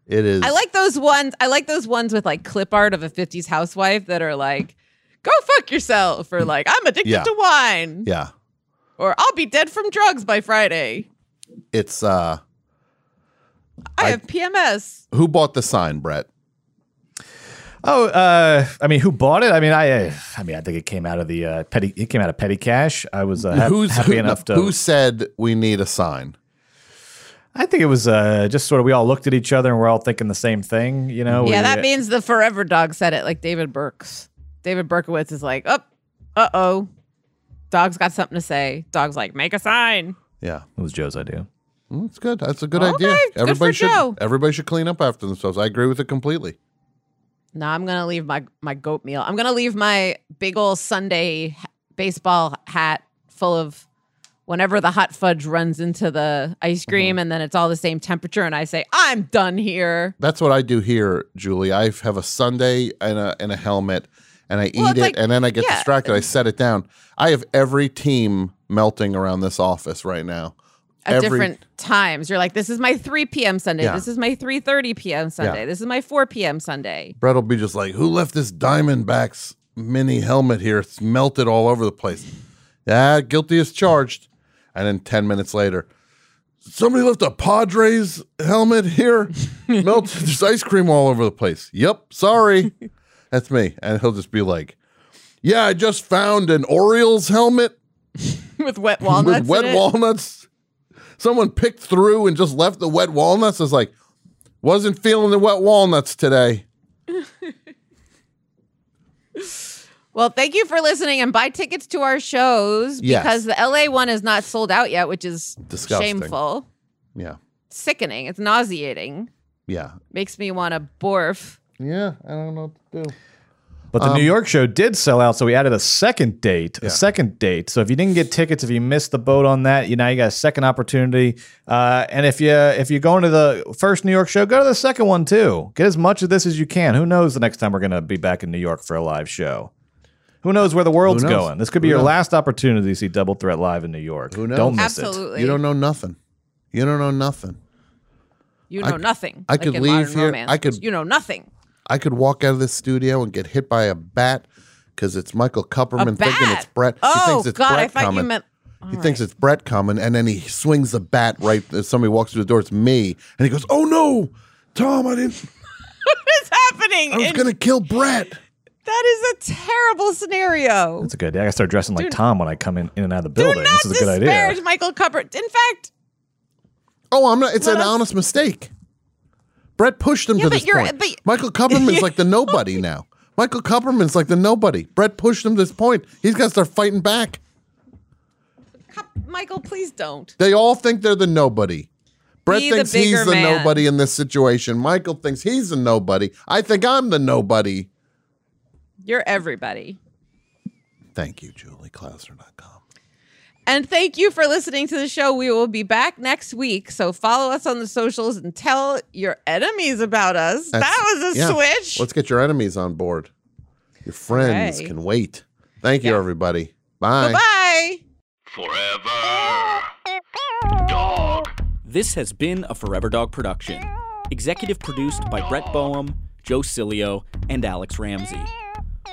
C: It is.
B: I like those ones. I like those ones with like clip art of a 50s housewife that are like, go fuck yourself, or like, I'm addicted
C: Yeah.
B: to wine,
C: Yeah,
B: or I'll be dead from drugs by Friday.
C: it's. uh
B: I, have PMS.
C: Who bought the sign, Brett?
F: Oh, uh, I mean, who bought it? I mean, I, I- I mean, I think it came out of the uh, petty. It came out of petty cash. I was uh, ha-
C: Who's
F: happy
C: who,
F: enough to.
C: who said we need a sign?
F: I think it was uh, just sort of we all looked at each other and we're all thinking the same thing. You know?
B: Oh, yeah,
F: We-
B: that means the forever dog said it, like David Burks. David Berkowitz is like, oh, uh oh. Dog's got something to say. Dog's like, make a sign.
C: Yeah,
F: it was Joe's idea.
C: That's good. That's a good
B: Okay,
C: idea.
B: good for
C: Everybody should.
B: Joe.
C: Everybody should clean up after themselves. I agree with it completely.
B: No, I'm gonna leave my my goat meal. I'm gonna leave my big ol' Sunday h- baseball hat full of whenever the hot fudge runs into the ice cream and then it's all the same temperature and I say, I'm done here.
C: That's what I do here, Julie. I have a sundae and a and a helmet, and I eat
B: Well, it's
C: it,
B: like-
C: and then I get
B: yeah.
C: distracted. I set it down. I have every team melting around this office right now.
B: At
C: Every-
B: different times. You're like, this is my 3 p.m. Sunday.
C: Yeah.
B: This is my 3:30 p.m. Sunday. This is my 4 p.m. Sunday. [LAUGHS]
C: Brett will be just like, "Who left this Diamondbacks mini helmet here? It's melted all over the place." Yeah, guilty as charged. And then ten minutes later, somebody left a Padres helmet
B: [LAUGHS]
C: here. melted. There's ice cream all over the place. Yep,
B: [LAUGHS]
C: sorry, that's me. And he'll just be like, "Yeah, I just found an Orioles helmet
B: With wet
C: [LAUGHS]
B: walnuts.
C: with wet
B: in it.
C: walnuts. Someone picked through and just left the wet walnuts. It's like, wasn't feeling the wet walnuts today."
B: Well, thank you for listening and buy tickets to our shows
C: Yes.
B: because the LA one is not sold out yet, which is
C: Disgusting.
B: shameful.
C: Yeah,
B: Sickening. It's nauseating.
C: yeah.
B: makes me want to barf.
C: Yeah, I don't know what to do.
F: But the
C: Um,
F: New York show did sell out, so we added a second date, a second date. So if you didn't get tickets, if you missed the boat on that, you now you got a second opportunity. Uh, and if you if you're going to the first New York show, go to the second one too. Get as much of this as you can. Who knows the next time we're going to be back in New York for a live show? Who knows where the world's
C: knows?
F: going? This could be
C: Who
F: your
C: knows?
F: last opportunity to see Double Threat live in New York.
C: Who knows?
F: Don't miss it.
B: Absolutely.
C: You don't know nothing. You don't know nothing.
B: You
C: I
B: know
C: c-
B: nothing.
C: I
B: like
C: could
B: in
C: leave
B: Modern
C: here-
B: Romance.
C: I could-
B: You know nothing.
C: I could walk out of this studio and get hit by a bat because it's Michael Kupperman thinking it's
B: bat?
C: Brett.
B: Oh,
C: he thinks it's
B: God, I
C: Brett
B: thought you
C: coming.
B: meant- [LAUGHS]
C: He thinks it's Brett coming, and then he swings the bat right as somebody walks through the door. It's me, and he goes, "Oh no, Tom! I didn't.
B: What is happening?
C: I was
B: in-
C: gonna kill Brett."
B: that is a terrible scenario.
F: That's a good idea. I gotta start dressing like
B: Do-
F: Tom when I come in, in and out of the building. This is a good
B: Disparage
F: idea.
B: Michael Cuppert. In fact,
C: Oh, I'm not. It's
B: Well,
C: an
B: that's-
C: honest mistake. Brett pushed him
B: Yeah,
C: to
B: but
C: this
B: you're-
C: point.
B: but-
C: Michael Kupperman's
B: [LAUGHS]
C: like the nobody now. Michael Kupperman's like the nobody. Brett pushed him to this point. He's got to start fighting back.
B: Cup- Michael, please don't.
C: They all think they're the nobody. Brett
B: Be the
C: thinks
B: bigger
C: he's the
B: man.
C: nobody in this situation. Michael thinks he's the nobody. I think I'm the nobody.
B: You're everybody.
C: Thank you, Julie Klauser.com.
B: And thank you for listening to the show. We will be back next week. So follow us on the socials and tell your enemies about us. that was a switch.
C: Let's get your enemies on board. Your friends
B: Okay.
C: can wait. Thank you, everybody. Bye.
B: Bye.
H: This has been a Forever Dog production. Executive produced by Brett Boehm, Joe Cilio, and Alex Ramsey.